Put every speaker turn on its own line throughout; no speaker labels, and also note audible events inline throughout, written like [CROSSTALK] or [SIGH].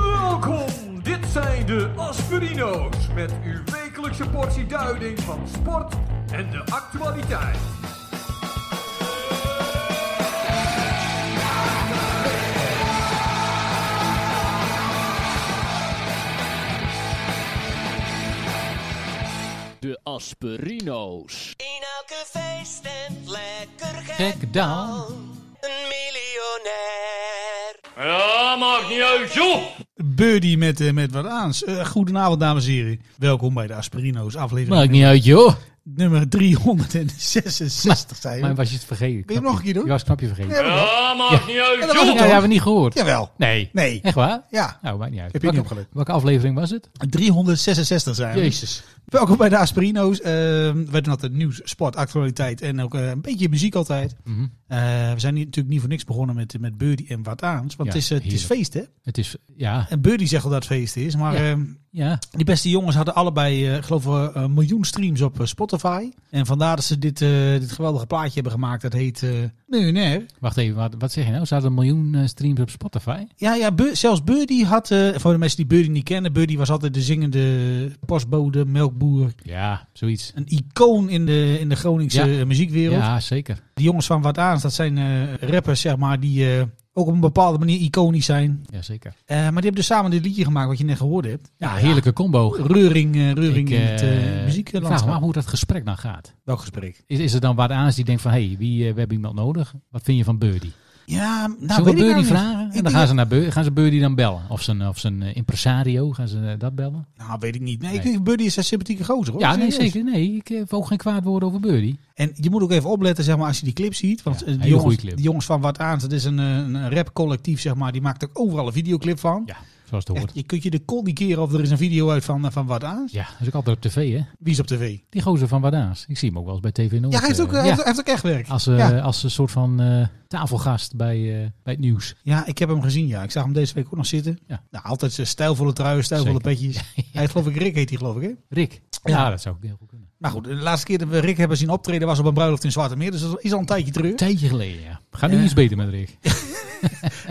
Welkom, dit zijn de Aspirino's met uw wekelijkse portie duiding van sport en de actualiteit.
De Asperino's.
In elke feesttent lekker gek,
Gek dan.
Een miljonair.
Birdie met, eh, met wat aans. Eh, goedenavond, dames en heren. Welkom bij de Aspirino's aflevering
Maakt niet uit, joh.
nummer 366. Zijn
Maar
we.
was je het vergeten?
Wil je hem nog een keer doen?
Je was het knapje vergeten.
Ja, dat wel. Ja, dat was
Ja,
het
dat hebben
toch?
we niet gehoord.
Jawel.
Nee.
Nee.
Echt waar?
Ja,
Nou, maakt niet uit.
Heb je niet
Welke-
opgelet?
Welke aflevering was het?
366 zijn we.
Jezus.
Welkom bij de Aspirino's. Eh, we doen altijd nieuws, sport, actualiteit en ook eh, een beetje muziek altijd.
Mhm.
Eh, we zijn hier natuurlijk niet voor niks begonnen met, met Birdie en wat aans. Want
Ja,
het, is, eh, het is
heerlijk.
feest, hè?
Het is, ja,
En Birdie zegt al dat het feest is. Maar
Ja.
ehm,
ja.
die beste jongens hadden allebei, eh, ik geloof ik, een miljoen streams op eh, Spotify. En vandaar dat ze dit, eh, dit geweldige plaatje hebben gemaakt. Dat heet eh Miljonair.
Wacht even, wat, wat zeg je nou? Ze hadden een miljoen eh, streams op Spotify.
Ja, ja Bu- zelfs Birdie had, eh, voor de mensen die Birdie niet kennen, Birdie was altijd de zingende postbode, melkboer.
Ja, zoiets.
Een icoon in de, in de Groningse
Ja.
eh, muziekwereld.
Ja, zeker.
Die jongens van Wat Aans, dat zijn eh, rappers, zeg maar, die eh, ook op een bepaalde manier iconisch zijn.
Ja, zeker.
Eh, maar die hebben dus samen dit liedje gemaakt, wat je net gehoord hebt.
Ja, heerlijke combo.
Reuring, eh, reuring in het
eh,
eh
ik vraag me af
muzieklandschap.
hoe dat gesprek dan gaat.
Welk gesprek?
Is, is er dan wat aan die denkt van, hé, hey, wie, eh, we hebben iemand nodig? Wat vind je van Birdie?
Ja, nou
Zullen
weet
we
ik nou
Birdie
niet.
vragen?
Ik
En dan
denk-
gaan ze, naar Birdie, gaan ze Birdie dan bellen. Of zijn, of zijn eh, impresario, gaan ze eh, dat bellen?
Nou, weet ik niet. Nee,
Nee.
Ik, Buddy is een sympathieke gozer hoor.
ja, nee,
Serieus.
zeker. Nee, ik heb ook geen kwaad woord over Birdie.
En je moet ook even opletten, zeg maar, als je die clip ziet. Want
Ja,
eh, die,
hele
jongens,
goeie clip.
die jongens van Wat Aans, dat is een, eh, een rapcollectief, zeg maar. Die maakt ook overal een videoclip van.
Ja, zoals het
Echt,
hoort.
je kunt je de kont niet keren of er is een video uit van, eh, van Wat Aans.
Ja, dat is ook altijd op tv, hè?
Wie is op tv?
Die gozer van Wadaas. Ik zie hem ook wel eens bij TV Noord.
Ja, hij heeft ook,
eh,
hij heeft, hij heeft ook echt werk.
Als, eh,
ja.
als een soort van eh, tafelgast bij, eh, bij het nieuws.
ja, ik heb hem gezien, ja. Ik zag hem deze week ook nog zitten.
Ja.
Nou, altijd zijn stijlvolle truien, stijlvolle
Zeker. [LAUGHS]
petjes. Hij heeft, geloof ik, Rick heet hij, geloof ik, hè?
Rick. Ja,
Ja.
dat zou ook heel goed kunnen.
Nou goed, de laatste keer dat we Rick hebben zien optreden was op een bruiloft in Zwarte Meer. Dus dat is al een tijdje terug.
Een tijdje geleden, ja. Gaat nu
Ja.
iets beter met Rick.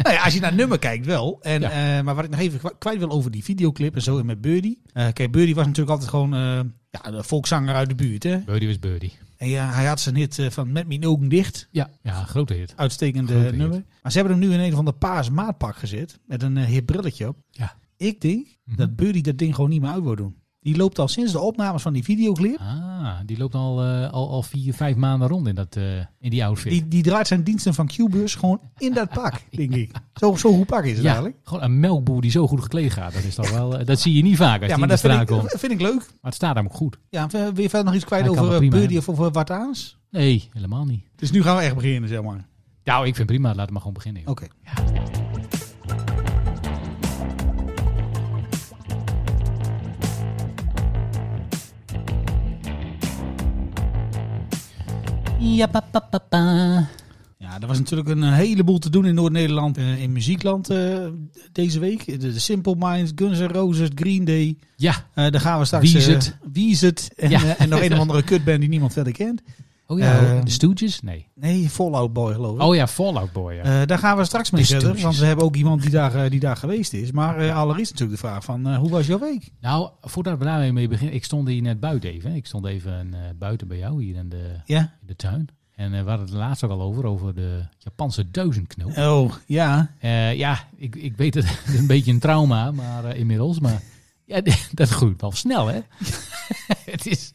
Nou ja, als je naar het nummer kijkt wel. En,
Ja.
eh, maar wat ik nog even kwa- kwijt wil over die videoclip en zo en met Birdie. Eh kijk, Birdie was natuurlijk altijd gewoon eh, ja, de volkszanger uit de buurt. Hè?
Birdie was Birdie.
En ja, hij had zijn hit eh, van Met Mijn Ogen Dicht.
Ja, ja grote hit.
Uitstekend eh,
Grote hit.
nummer. Maar ze hebben hem nu in een van de paars maatpak gezet. Met een eh hip brilletje op.
Ja.
Ik denk
Mhm.
dat Birdie dat ding gewoon niet meer uit wil doen. Die loopt al sinds de opnames van die videoclip.
Ah, die loopt al, eh, al, al vier, vijf maanden rond in, dat, eh, in die outfit.
Die, die draait zijn diensten van Q-bus gewoon in dat
[LAUGHS]
pak, denk ik. Zo, zo goed pak is het
ja,
eigenlijk.
gewoon een melkboer die zo goed gekleed gaat. Dat, is toch wel, eh, dat zie je niet vaak als
Ja,
die
maar
in de
dat vind
straat
ik,
komt.
dat vind ik leuk.
Maar het staat hem ook goed.
Ja, wil je verder nog iets kwijt
Hij kan
over
dat
eh,
prima
Birdie of
hebben.
over Wataans?
Nee, helemaal niet.
Dus nu gaan we echt beginnen, zeg maar.
Nou, ik vind prima. Laten we maar gewoon beginnen. joh.
Oké.
Ja, pa, pa, pa, pa.
Ja, er was natuurlijk een heleboel te doen in Noord-Nederland, eh, in muziekland eh, deze week. De, de Simple Minds, Guns N' Roses, Green Day.
Ja.
Eh, daar gaan we straks...
Wie is
eh,
het?
wie is het? En,
Ja.
eh, [LAUGHS] en nog een of andere kutband die niemand verder kent.
Oh ja,
Eh,
de Stooges? Nee.
Nee, Fallout Boy geloof ik.
Oh ja, Fallout Boy. Ja.
Eh, daar gaan we straks mee
De
verder,
Stooges.
want we hebben ook iemand die daar, eh, die daar geweest is. Maar eh allereerst natuurlijk de vraag van, eh, hoe was jouw week?
nou, voordat we daarmee mee beginnen. Ik stond hier net buiten even. hè. Ik stond even eh, buiten bij jou hier in de,
Ja?
in de tuin. En eh, we hadden het laatst ook al over, over de Japanse duizendknoop.
Oh, ja.
Eh, ja, ik, ik weet het, [LAUGHS] het is een beetje een trauma, maar eh, inmiddels. Maar ja, [LAUGHS] dat groeit wel snel, hè? [LAUGHS] het is,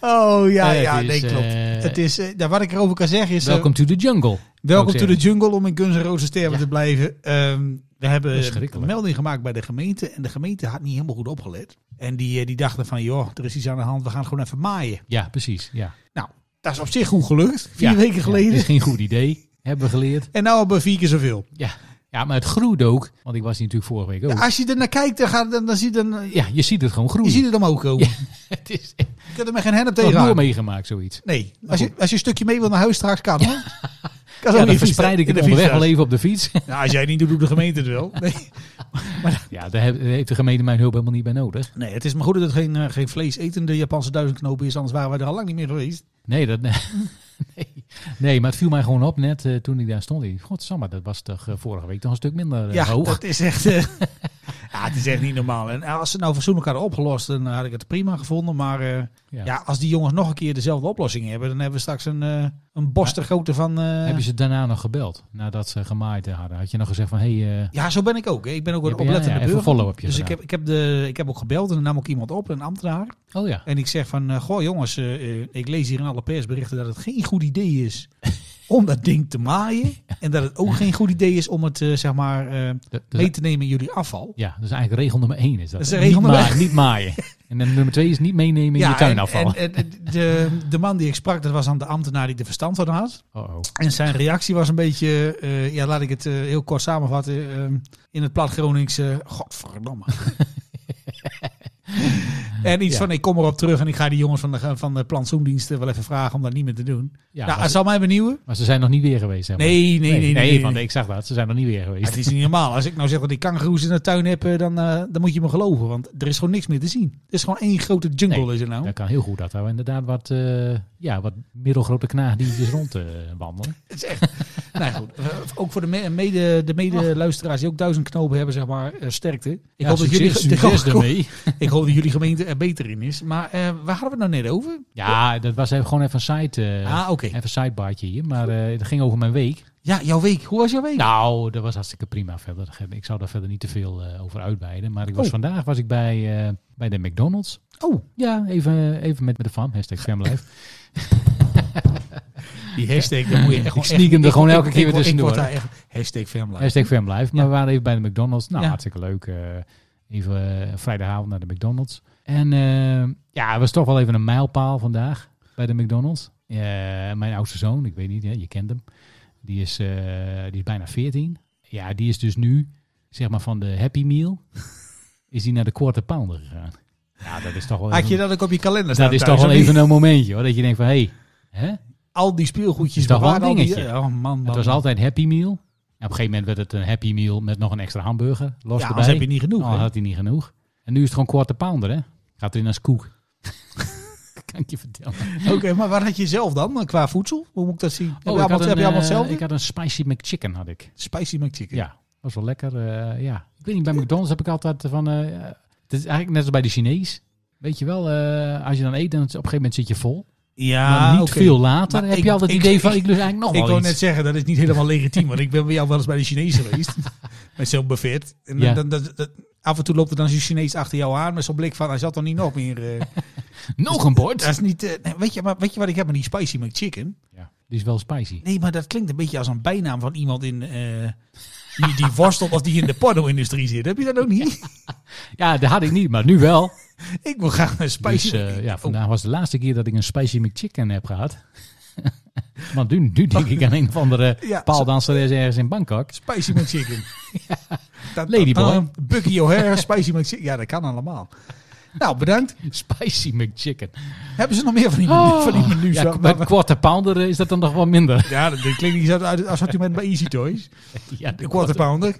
Oh, ja,
Eh,
ja,
het
nee,
is,
klopt.
eh,
het is, eh, ja, wat ik erover kan zeggen is... eh,
welcome to the jungle.
Welkom
Ook
to the
zeggen.
jungle, om in Guns N' Roses termen
Ja.
te blijven. Ehm, we hebben een
Verschrikkelijk.
melding gemaakt bij de gemeente. En de gemeente had niet helemaal goed opgelet. En die, eh, die dachten van, joh, er is iets aan de hand. We gaan gewoon even maaien.
Ja, precies. Ja.
Nou, dat is op zich goed gelukt. Vier
Ja,
weken
Ja,
geleden.
is geen goed idee, hebben we geleerd.
En nou hebben we vier keer zoveel.
Ja. ja, maar het groeit ook. Want ik was hier natuurlijk vorige week ook.
Als je er naar kijkt, dan, gaat, dan, dan zie je, dan, eh,
Ja, je ziet het gewoon
je
groeien.
ziet
[LAUGHS]
het omhoog komen.
het is
Je kunt er met geen hennep
nog
tegen
nooit
aan.
meegemaakt, zoiets.
Nee, als je, als je een stukje mee wil naar huis straks kan. hè? Kan zo
Nou, Ja,
in
dan
de fiets-
verspreid ik
in
het
de
onderweg
fietstas.
wel even op de fiets. [LAUGHS]
Nou, als jij het niet doet, doet de gemeente het wel. Nee.
ja, daar heb- daar heeft de gemeente mijn hulp helemaal niet bij nodig.
Nee, het is maar goed dat het
[LAUGHS]
geen, eh, geen vleesetende Japanse duizendknoop is, anders waren wij er al lang niet meer geweest.
Nee, dat... Nee. Nee, maar het viel mij gewoon op net eh, toen ik daar stond. Ik, Godsamme, dat was toch eh, vorige week toch een stuk minder eh,
ja,
hoog.
dat is echt. eh, [LAUGHS] ja, het is echt niet normaal. En als ze nou fatsoenlijk hadden opgelost, dan had ik het prima gevonden. Maar eh, ja. als die jongens nog een keer dezelfde oplossing hebben, dan hebben we straks een, eh een bos ter grootte van. eh,
Heb je ze daarna nog gebeld? Nadat ze gemaaid hadden. Had je nog gezegd van, hé, hey, eh,
Ja, zo ben ik ook. hè. Ik ben ook een
Ja, ja,
oplettende
ja, even
burger.
follow-upje
dus ik
gedaan.
heb, ik, heb de, ik heb ook gebeld en dan nam ook iemand op, een ambtenaar.
oh ja.
En ik zeg van, eh, goh jongens, eh, eh, ik lees hier in alle persberichten dat het geen goed
[LAUGHS]
idee is om dat ding te maaien. En dat het ook geen goed idee is om het, eh, zeg maar, eh,
Dat- Dus dat-
mee te nemen in jullie afval.
ja, dus eigenlijk regel nummer één is dat.
Dat is regel
niet,
nummer-
maaien, niet
[LAUGHS]
maaien. En dan nummer twee is niet meenemen in je tuinafval.
en, en, en de, de man die ik sprak, dat was dan de ambtenaar die er verstand van had.
oh, oh.
En zijn reactie was een beetje, eh, ja, laat ik het eh, heel kort samenvatten. ehm, in het plat Gronings, eh, godverdomme.
[LAUGHS]
en iets
Ja.
van, ik kom erop terug en ik ga die jongens van de, van de plantsoendiensten wel even vragen om dat niet meer te doen.
Ja,
nou,
maar,
het
ze,
zal mij benieuwen.
maar ze zijn nog niet weer geweest, zeg maar.
Nee, nee, nee. Nee, nee,
want
nee.
ik zag dat. Ze zijn nog niet weer
Ja,
geweest.
het is niet normaal. Als ik nou zeg dat ik kangaroes in de tuin heb, eh, dan, eh, dan moet je me geloven. Want er is gewoon niks meer te zien. Het is gewoon één grote jungle
Nee,
is er nou.
Dat kan heel goed dat we inderdaad wat, eh, ja, wat middelgrote knaagdiertjes rond eh, wandelen.
[LAUGHS] Het is echt. nou goed. eh, Ook voor de me- mede, de mede-luisteraars die ook duizend knopen hebben, zeg maar, eh, sterkte. Ik,
Ja,
hoop
succes-
dat jullie,
succes
[LAUGHS] ik, hoop,
daarmee.
ik hoop dat jullie gemeente er beter in is. Maar eh, waar hadden we het nou net over?
Ja, dat was even, gewoon even een side, eh,
Ah, oké.
even een sidebartje hier. Maar eh het ging over mijn week.
Ja, jouw week. Hoe was jouw week?
Nou, dat was hartstikke prima verder. Ik zou daar verder niet te veel eh, over uitweiden. Maar ik was
Oh.
vandaag was ik bij, eh, bij de McDonald's.
Oh,
Ja, even, even met, met de fam. Hashtag famlife.
die hashtag, dan moet je echt gewoon...
sneak hem
echt-
er gewoon
ik-
elke
ik-
keer
ik-
weer tussendoor.
Ik word daar echt... Hashtag Femlife.
Hashtag famlife. Maar we waren even bij de McDonald's. Nou,
Ja.
hartstikke leuk. eh, even eh, vrijdagavond naar de McDonald's. En eh, ja, het was toch wel even een mijlpaal vandaag bij de McDonald's. Eh, mijn oudste zoon, ik weet niet, hè, je kent hem. Die is, eh, die is bijna 14. Ja, die is dus nu, zeg maar, van de Happy
[LAUGHS]
Meal... is die naar de Quarter Pounder gegaan. Ja, dat is toch wel
Had je
even,
dat ook op je kalender staan
dat is
thuis,
toch wel
of niet?
even een momentje, hoor. Dat je denkt van, hé, hè?
Al die speelgoedjes
Is toch wel een
bewaard, al die-
dingetje.
Oh man, man.
Het was altijd Happy Meal. En op een gegeven moment werd het een Happy Meal met nog een extra hamburger. Los
Ja,
erbij. Nou,
anders heb je niet genoeg.
Dan
hè?
Oh, had hij niet genoeg. En nu is het gewoon quarter pounder, hè? Gaat erin als
[LAUGHS]
koek. Oh, kan ik je vertellen.
Oké, maar wat had je zelf dan eh, qua voedsel? Hoe moet ik dat zien? heb je
Oh, ik,
allemaal,
had
heb je
een,
allemaal
eh,
hetzelfde?
ik had een spicy McChicken, had ik.
Spicy McChicken.
Ja, was wel lekker. eh, ja. Ik weet niet, bij McDonald's heb ik altijd van... eh, het is eigenlijk net als bij de Chinees. Weet je wel, eh, als je dan eet, dan is- op een gegeven moment zit je vol. maar Nou, niet
Ah, oké.
veel later
Maar
heb
ik-
je al het
ik-
idee van,
ik-
ik lust eigenlijk nog
Ik
wel
wou
iets.
net zeggen, dat is niet helemaal legitiem. Want ik ben bij jou wel eens bij de Chinees
[LAUGHS]
geweest. met zo'n buffet. En
Ja.
dan, dan, dan- af en toe loopt er dan zo'n Chinees achter jou aan. Met zo'n blik van, hij zat dan niet nog meer.
[LAUGHS]
eh,
Nog een
[LAUGHS]
bord.
dat is niet, eh, nee, weet, je, maar, weet je wat ik heb met die spicy McChicken?
Ja, die is wel spicy.
Nee, maar dat klinkt een beetje als een bijnaam van iemand in... eh, die,
[LAUGHS]
die worstelt of die in de porno-industrie zit. Heb je dat ook niet?
Ja, dat had ik niet, maar nu wel.
ik wil graag een spicy...
Dus eh, ja,
Oh,
vandaag was de laatste keer dat ik een spicy McChicken heb gehad. [LAUGHS] Want nu, nu denk ik aan een of andere
[LAUGHS] Ja,
paaldanseres ergens in Bangkok.
Oh, Spicy
[LAUGHS]
McChicken. Dat-
Ladyboy.
dat- Bucky O'Hare, Spicy McChicken. Ja, dat kan allemaal. Nou, bedankt.
Spicy McChicken.
Hebben ze nog meer van die, van die menus?
Oh. ja,
Ja,
bij de quarter pounder eh, is dat dan nog wel minder.
[LAUGHS] ja, dat dat klinkt niet zo uit het assortiment bij Easy
[LAUGHS]
Toys.
Ja,
De quarter pounder.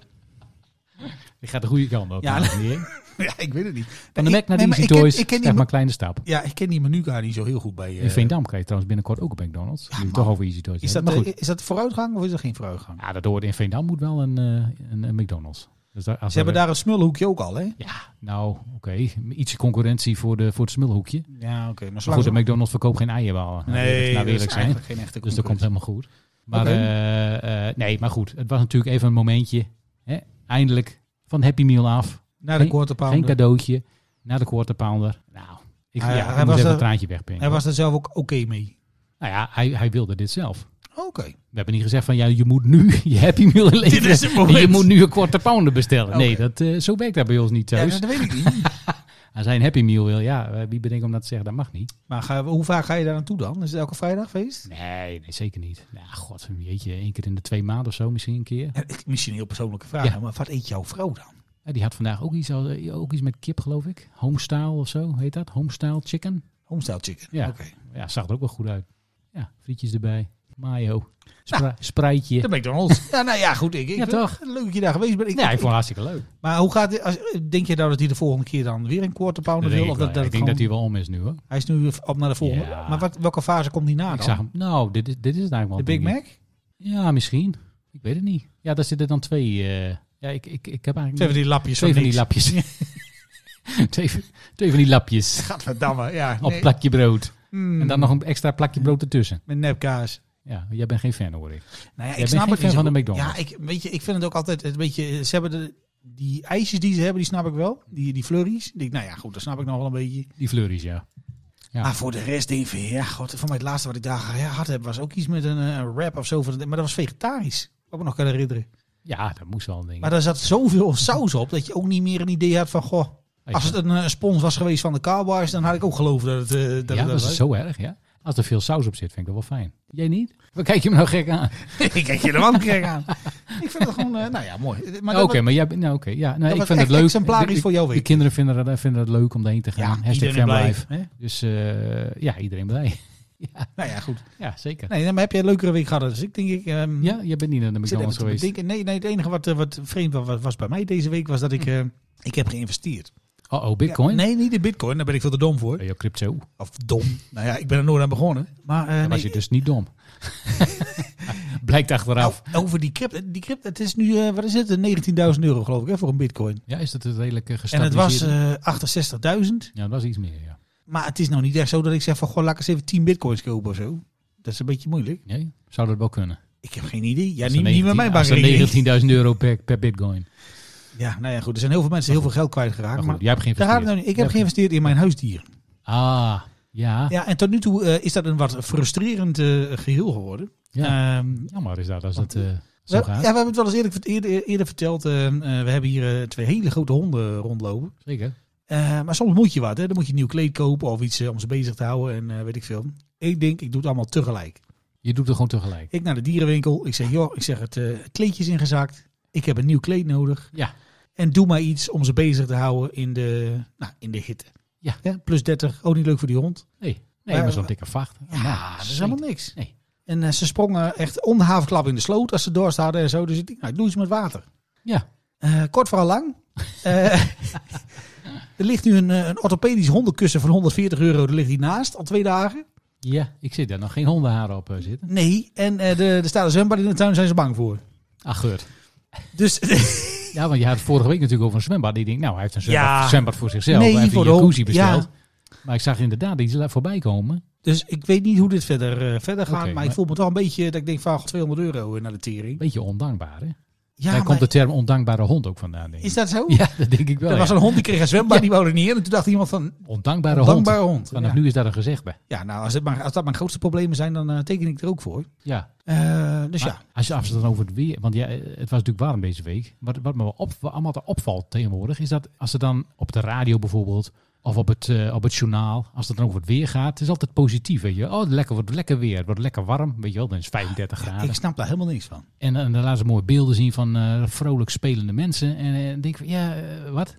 Die gaat de goede kant op.
Ja,
Ja,
[LAUGHS] Ja, ik weet het niet.
Van de
Nee,
Mac naar
nee,
de
maar
Easy
ik ken-
Toys,
ik ken die
zeg
me-
maar een kleine stap.
Ja, ik ken die menukaart niet zo heel goed bij... eh,
In Veendam krijg je trouwens binnenkort ook een McDonald's. Nu we het toch over Easy Toys
is,
hebben.
dat,
Maar
eh, is dat vooruitgang of is dat geen vooruitgang?
goed, ja, dat hoort in Veendam moet wel een, eh, een, een McDonald's. Dus daar, als
Ze hebben
er-
daar het smullenhoekje ook al, hè?
Ja, nou, oké. Ietsje concurrentie voor, de, voor het smulhoekje.
Ja, oké. maar
Maar
zolang
goed,
ze-
de McDonald's verkoopt geen eierbalen. Nou,
Nee,
nou,
dat is
eerlijk zijn.
eigenlijk geen echte
Dus dat komt
concurrentie.
helemaal goed. Maar
Oké.
eh, eh, nee, maar goed. Het was natuurlijk even een momentje. Hè? Eindelijk van Happy Meal af.
Naar de
Geen-
quarter
Geen
pounder.
cadeautje. Naar de quarter pounder. Nou, ik,
Hij-
ja,
hij
ik moest
was
even
er-
een traantje wegpinken.
Hij was er zelf ook oké mee.
Nou ja, hij, hij wilde dit zelf.
Oké.
We hebben niet gezegd van, ja, je moet nu [LAUGHS] je Happy Meal leveren.
is het moment.
En Je moet nu een quarter pounder bestellen.
Oké.
Nee, dat, eh, zo werkt dat bij ons niet
Ja,
thuis.
nou, dat weet ik niet.
[LAUGHS] Als hij een Happy Meal wil, ja, eh, wie bedenkt om dat te zeggen, dat mag niet.
Maar ga- hoe vaak ga je daar naartoe dan? Is het elke vrijdag feest?
Nee, nee, zeker niet. Nou, god, weet je, één keer in de twee maanden of zo misschien een keer.
Ja, ik- Misschien een heel persoonlijke vraag,
Ja.
maar wat eet jouw vrouw dan?
Ja, die had vandaag ook iets, al- eh, ook iets met kip, geloof ik. Homestyle of zo, heet dat? Homestyle chicken.
Homestyle chicken.
Ja.
Oké.
Ja, zag er ook wel goed uit. Ja, frietjes erbij. Mayo. Spra Spruitje.
Nou. De McDonald's. [LAUGHS] ja, nou ja, goed. Ik, ik
Ja, toch?
Leuk dat je daar geweest bent. Ik,
Ja, ik vond het hartstikke leuk.
maar hoe gaat dit? als- denk je nou dat hij de volgende keer dan weer een quarter pounder
Dat denk
wil?
ik
Of
wel.
dat, dat
ik
het
denk dat
gewoon-
hij wel om is nu hoor.
hij is nu op naar de volgende.
Ja.
Maar wat, welke fase komt hij na dan?
Ik zag hem. Nou, dit is, dit is het eigenlijk wel.
de Big
denk ik.
Mac?
Ja, misschien. Ik weet het niet. Ja, daar zitten dan twee. eh, ja, ik, ik, ik heb eigenlijk
Hmm. Twee van die lapjes.
twee
of
van die
niks.
lapjes. [LAUGHS] twee, van- twee van die lapjes
Gadverdamme, ja.
op
nee.
plakje brood.
Mm,
En dan nog een extra plakje brood ertussen.
Met nepkaas.
Ja, jij bent geen fan hoor ik.
Nou ja,
bent
ik snap
geen
het niet
fan
zo
van de
goed.
McDonald's.
Ja, ik, weet je, ik vind het ook altijd een beetje... Ze hebben de, die ijsjes die ze hebben, die snap ik wel. Die, die flurries. Die, nou ja, goed, dat snap ik nog wel een beetje.
Die flurries, ja. Ja.
Maar voor de rest denk ik van... Ja, god, voor mij het laatste wat ik daar ja, had heb, was ook iets met een, eh, een wrap of zo. van dat- Maar dat was vegetarisch. Wat ik me nog kan herinneren.
Ja, dat moest wel, denk ik.
Maar daar zat zoveel saus op dat je ook niet meer een idee had van... Goh, als het een eh, spons was geweest van de Cowboys, dan had ik ook geloofd dat het... eh, dat
ja,
het
dat is zo erg, ja. Als er veel saus op zit, vind ik dat wel fijn. Jij niet? Wat kijk je me nou gek aan?
[LAUGHS] ik kijk je er wel gek aan. Ik vind het gewoon... eh, nou ja, mooi. Maar
Oké,
dat-
maar jij, bent- nou, oké, ja, nou,
dat
ik
was
vind
echt
het leuk.
exemplarisch
De-
voor jouw
De
week.
kinderen vinden dat, eh, vinden dat leuk om daarheen te gaan. Hashtag
iedereen blij,
fanlife.
hè?
Dus eh, ja, iedereen blij. [LAUGHS]
Nou ja, goed.
Ja, zeker.
Nee, maar heb jij een leukere week gehad? Dus ik denk ik. ehm,
Ja, jij bent niet naar de
ik zit even
McDonald's
te
geweest.
bedenken. Nee, nee, het enige wat, eh, wat vreemd wa- wa- was bij mij deze week was dat
Hm.
ik. eh, ik heb geïnvesteerd.
Oh, oh, bitcoin?
Ja, nee, niet in Bitcoin. Daar ben ik veel te dom voor.
Ben je op crypto? Dan
Of dom. nou ja, ik ben er nooit aan begonnen. Maar eh,
was
nee,
je dus niet
[LAUGHS]
dom. Blijkt
nou,
achteraf.
over die crypto. Die crypto, het is nu, eh, wat is het? Eh, 19.000 euro geloof ik, hè, voor een Bitcoin.
Ja, is dat het redelijk eh,
En het
gestabiliseerd?
was eh 68.000.
Ja, dat was iets meer, ja.
Maar het is nou niet echt zo dat ik zeg van, goh, laat ik eens even 10 Bitcoins kopen of zo. Dat is een beetje moeilijk.
Nee? Zou dat wel kunnen?
Ik heb geen idee. Ja,
Als
niet,
er
niet met
19
mijn
als er
bankrekening.
19.000 euro per, per bitcoin.
Ja, nou ja, goed. Er zijn heel veel mensen heel veel geld
Maar
kwijtgeraakt.
goed,
Maar
jij hebt geen
Daar gaat het nou niet. Ik heb geïnvesteerd in mijn huisdier.
Ah, ja.
Ja, en tot nu toe eh, is dat een wat frustrerend eh, geheel geworden.
Ja.
Ehm,
Jammer is dat als het eh,
we,
zo
ja,
gaat.
we hebben het wel eens eerder, eerder, eerder verteld. eh, eh, we hebben hier eh, twee hele grote honden rondlopen.
Zeker.
Eh, maar soms moet je wat. Hè. Dan moet je een nieuw kleed kopen of iets eh, om ze bezig te houden en eh, weet ik veel. Ik denk, ik doe het allemaal tegelijk.
Je doet het gewoon tegelijk.
Ik naar de dierenwinkel. Ik zeg, joh, ik zeg het eh, kleedje is ingezakt. Ik heb een nieuw kleed nodig.
Ja.
En doe maar iets om ze bezig te houden in de, nou, in de hitte.
Ja.
plus 30. Ook niet leuk voor die hond.
Nee, nee
Maar-
maar zo'n dikke vacht. Nou,
Ja, dat is helemaal niks.
Nee.
En eh, ze sprongen echt om de havenklap in de sloot als ze dorst hadden en zo. Dus ik, dacht, nou, ik doe iets met water.
Ja.
Eh, kort vooral
[LAUGHS]
lang. Eh, er ligt nu een, eh, een orthopedisch hondenkussen van 140 euro. Daar ligt die naast al twee dagen.
Ja, ik zit daar nog geen hondenharen op eh, zitten.
Nee, en eh, de- er staat een zwembad in de tuin, zijn ze bang voor.
Ach, geurt.
Dus
Ja, want je had het vorige week natuurlijk over een zwembad. Die denkt, nou, hij heeft een zwembad,
Ja.
zwembad voor zichzelf.
[LAUGHS] Nee,
hij heeft
voor de
een jacuzzi
hond. Ja.
besteld. Maar ik zag inderdaad iets la- voorbij komen.
Dus ik weet niet hoe dit verder, eh, verder gaat.
Oké,
maar, ik
maar-
voel me toch een beetje dat ik denk van 200 euro eh, naar de tering.
Beetje ondankbaar, hè?
Ja,
Daar
maar
komt de term ondankbare hond ook vandaan, denk ik.
is dat zo?
[LAUGHS] Ja, dat denk ik wel.
er
[LAUGHS]
was
ja.
een hond die kreeg een zwembad, die wou er niet in. En toen dacht iemand van,
Ondankbare
dankbare
hond.
hond.
Vanaf
Ja.
nu is dat een gezegde.
Ja, nou, als, het maar, als dat mijn grootste problemen zijn, dan eh, teken ik er ook voor.
Ja.
Eh, dus
Maar
ja.
Als je als het dan over het weer... Want ja, eh, het was natuurlijk warm deze week. Wat, wat me wel op, wat allemaal opvalt tegenwoordig... is dat als er dan op de radio bijvoorbeeld... of op het, eh, op het journaal... als het dan over het weer gaat... het is altijd positief, weet je. Oh, lekker, wordt lekker weer. Het wordt lekker warm, weet je wel. Dan is het 35 graden.
Ik snap daar helemaal niks van.
En, eh, dan laten ze mooie beelden zien van eh, vrolijk spelende mensen. En eh, dan denk ik van, ja, eh,
[LAUGHS]
wat?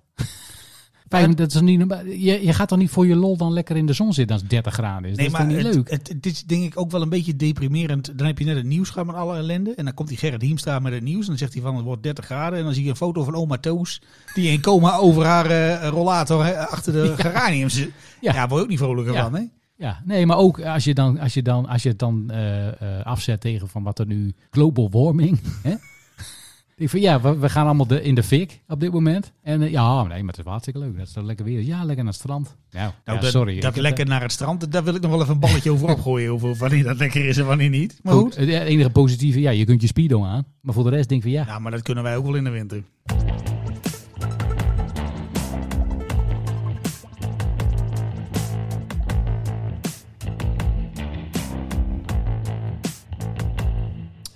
Fijn, dat is niet, normaal. je, je gaat toch niet voor je lol dan lekker in de zon zitten als het 30 graden is?
Nee,
dat is
maar
toch niet
het,
leuk?
Het, het is denk ik ook wel een beetje deprimerend. Dan heb je net het nieuws gehad met alle ellende. En dan komt die Gerrit Hiemstra met het nieuws. En dan zegt hij van het wordt 30 graden. En dan zie je een foto van oma Toos. Die in coma over haar eh, rollator hè, achter de geraniums zit.
Ja.
Ja, daar word je ook niet vrolijker
Ja.
van. Hè?
Ja, nee, maar ook als je, dan, als je, dan, als je het dan eh, eh, afzet tegen van wat er nu global warming. [LAUGHS] hè? Ik van ja, we, we gaan allemaal de, in de fik op dit moment. En eh, ja, nee, maar het is wel hartstikke leuk. Dat is toch lekker weer. Ja, lekker naar het strand. Nou,
Nou,
ja,
dat,
sorry.
Dat
Ik-
lekker naar het strand. dat- Daar wil ik nog wel even een balletje over opgooien. Over wanneer dat lekker is en wanneer niet. Maar goed.
Goed, het enige positieve, ja, je kunt je speedo aan. Maar voor de rest denk ik van ja,
Ja, Nou, maar dat kunnen wij ook wel in de winter.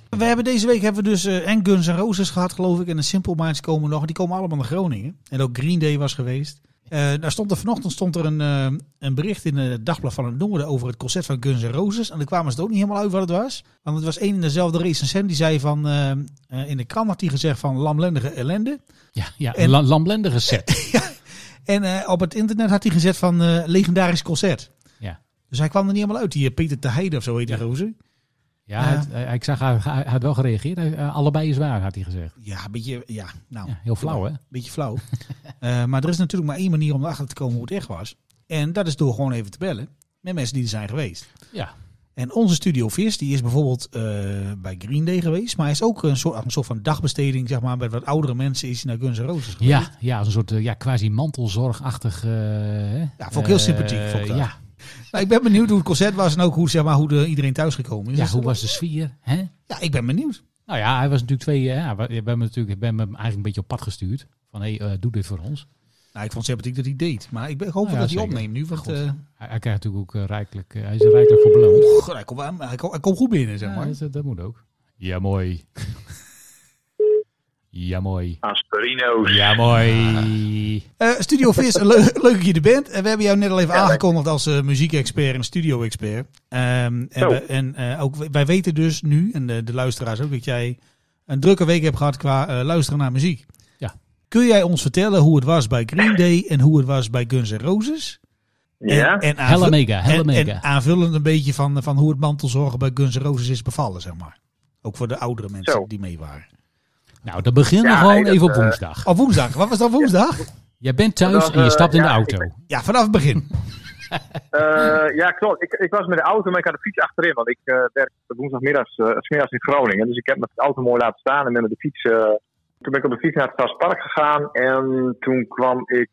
We hebben deze week hebben we dus eh, en Guns N' Roses gehad, geloof ik. En de Simple Minds komen nog. En die komen allemaal naar Groningen. En ook Green Day was geweest. Eh, daar stond er vanochtend stond er een, eh, een bericht in het dagblad van het Noorden over het concert van Guns N' Roses. En daar kwamen ze het ook niet helemaal uit wat het was. Want het was één en dezelfde recensent die zei van... eh, eh, in de krant had hij gezegd van lamlendige ellende.
ja, ja
En-
een la- lamlendige
[LAUGHS]
set.
En eh, op het internet had hij gezet van eh, legendarisch concert.
ja.
Dus hij kwam er niet helemaal uit. Die eh, Peter Te Heide of zo heet die
Ja.
roze.
Ja,
Ja.
hij had- hij- ik zag, hij, hij had wel gereageerd. Hij- eh, allebei is waar, had hij gezegd.
Ja, een beetje, ja, nou,
Ja, heel flauw, hè?
beetje flauw. [LAUGHS] Eh, maar er is natuurlijk maar één manier om erachter te komen hoe het echt was. En dat is door gewoon even te bellen met mensen die er zijn geweest.
Ja.
En onze Studio Vis, die is bijvoorbeeld eh, bij Green Day geweest. Maar hij is ook een soort, een soort van dagbesteding, zeg maar, bij wat oudere mensen is hij naar Guns N' Roses geweest.
Ja, ja, als een soort eh, ja, quasi mantelzorgachtig. eh, hè?
vond ik heel
Eh,
sympathiek, vond ik dat.
ja,
Nou, ik ben benieuwd hoe het concert was en ook hoe, zeg maar, hoe de, iedereen thuisgekomen is.
ja,
Dus
hoe
dat-
was de sfeer? Hè?
Ja, ik ben benieuwd.
Nou ja, hij was natuurlijk twee. eh, Ja, we- we hebben hem natuurlijk, ik ben hem eigenlijk een beetje op pad gestuurd. Van hé, hey, eh, doe dit voor ons.
Nou, ik vond het sympathiek dat hij deed. Maar ik ben, ik hoop
Nou ja,
dat hij
zeker.
opneemt nu, want
Goed.
eh
Hij, hij krijgt natuurlijk ook eh, rijkelijk. eh, hij is er rijkelijk voor beloond.
goh, hij komt aan- hij komt hij komt goed binnen, zeg
Ja,
maar.
dat, dat moet ook. Ja, [LAUGHS] mooi. ja, mooi.
Ah.
Asperino's.
Ja, mooi.
Eh, Studio Vis, een leu- [LAUGHS] leuk dat je er bent. En we hebben jou net al even aangekondigd als eh, muziekexpert en studio-expert. Ehm, en
Zo.
we- en eh, ook, wij weten dus nu, en de, de luisteraars ook, dat jij een drukke week hebt gehad qua eh, luisteren naar muziek.
Ja.
Kun jij ons vertellen hoe het was bij Green Day en hoe het was bij Guns N' Roses?
Ja?
En, en aanvu-
Hella mega, hella
en- en
mega.
aanvullend een beetje van, van hoe het mantelzorgen bij Guns N' Roses is bevallen, zeg maar. Ook voor de oudere mensen
Zo.
die mee waren.
Nou, dan beginnen we
Ja,
gewoon
nee, dat,
even op
eh,
woensdag.
Op woensdag, wat was dat woensdag?
Jij bent thuis
dat,
en je
eh,
stapt in de
ja,
auto.
Ja, vanaf het begin.
Eh, ja, klopt. Ik, ik was met de auto, maar ik had de fiets achterin. Want ik eh, werk woensdagmiddags eh, 's middags in Groningen. Dus ik heb mijn auto mooi laten staan en ben met de fiets. eh, toen ben ik op de fiets naar het Stadspark gegaan. En toen kwam ik.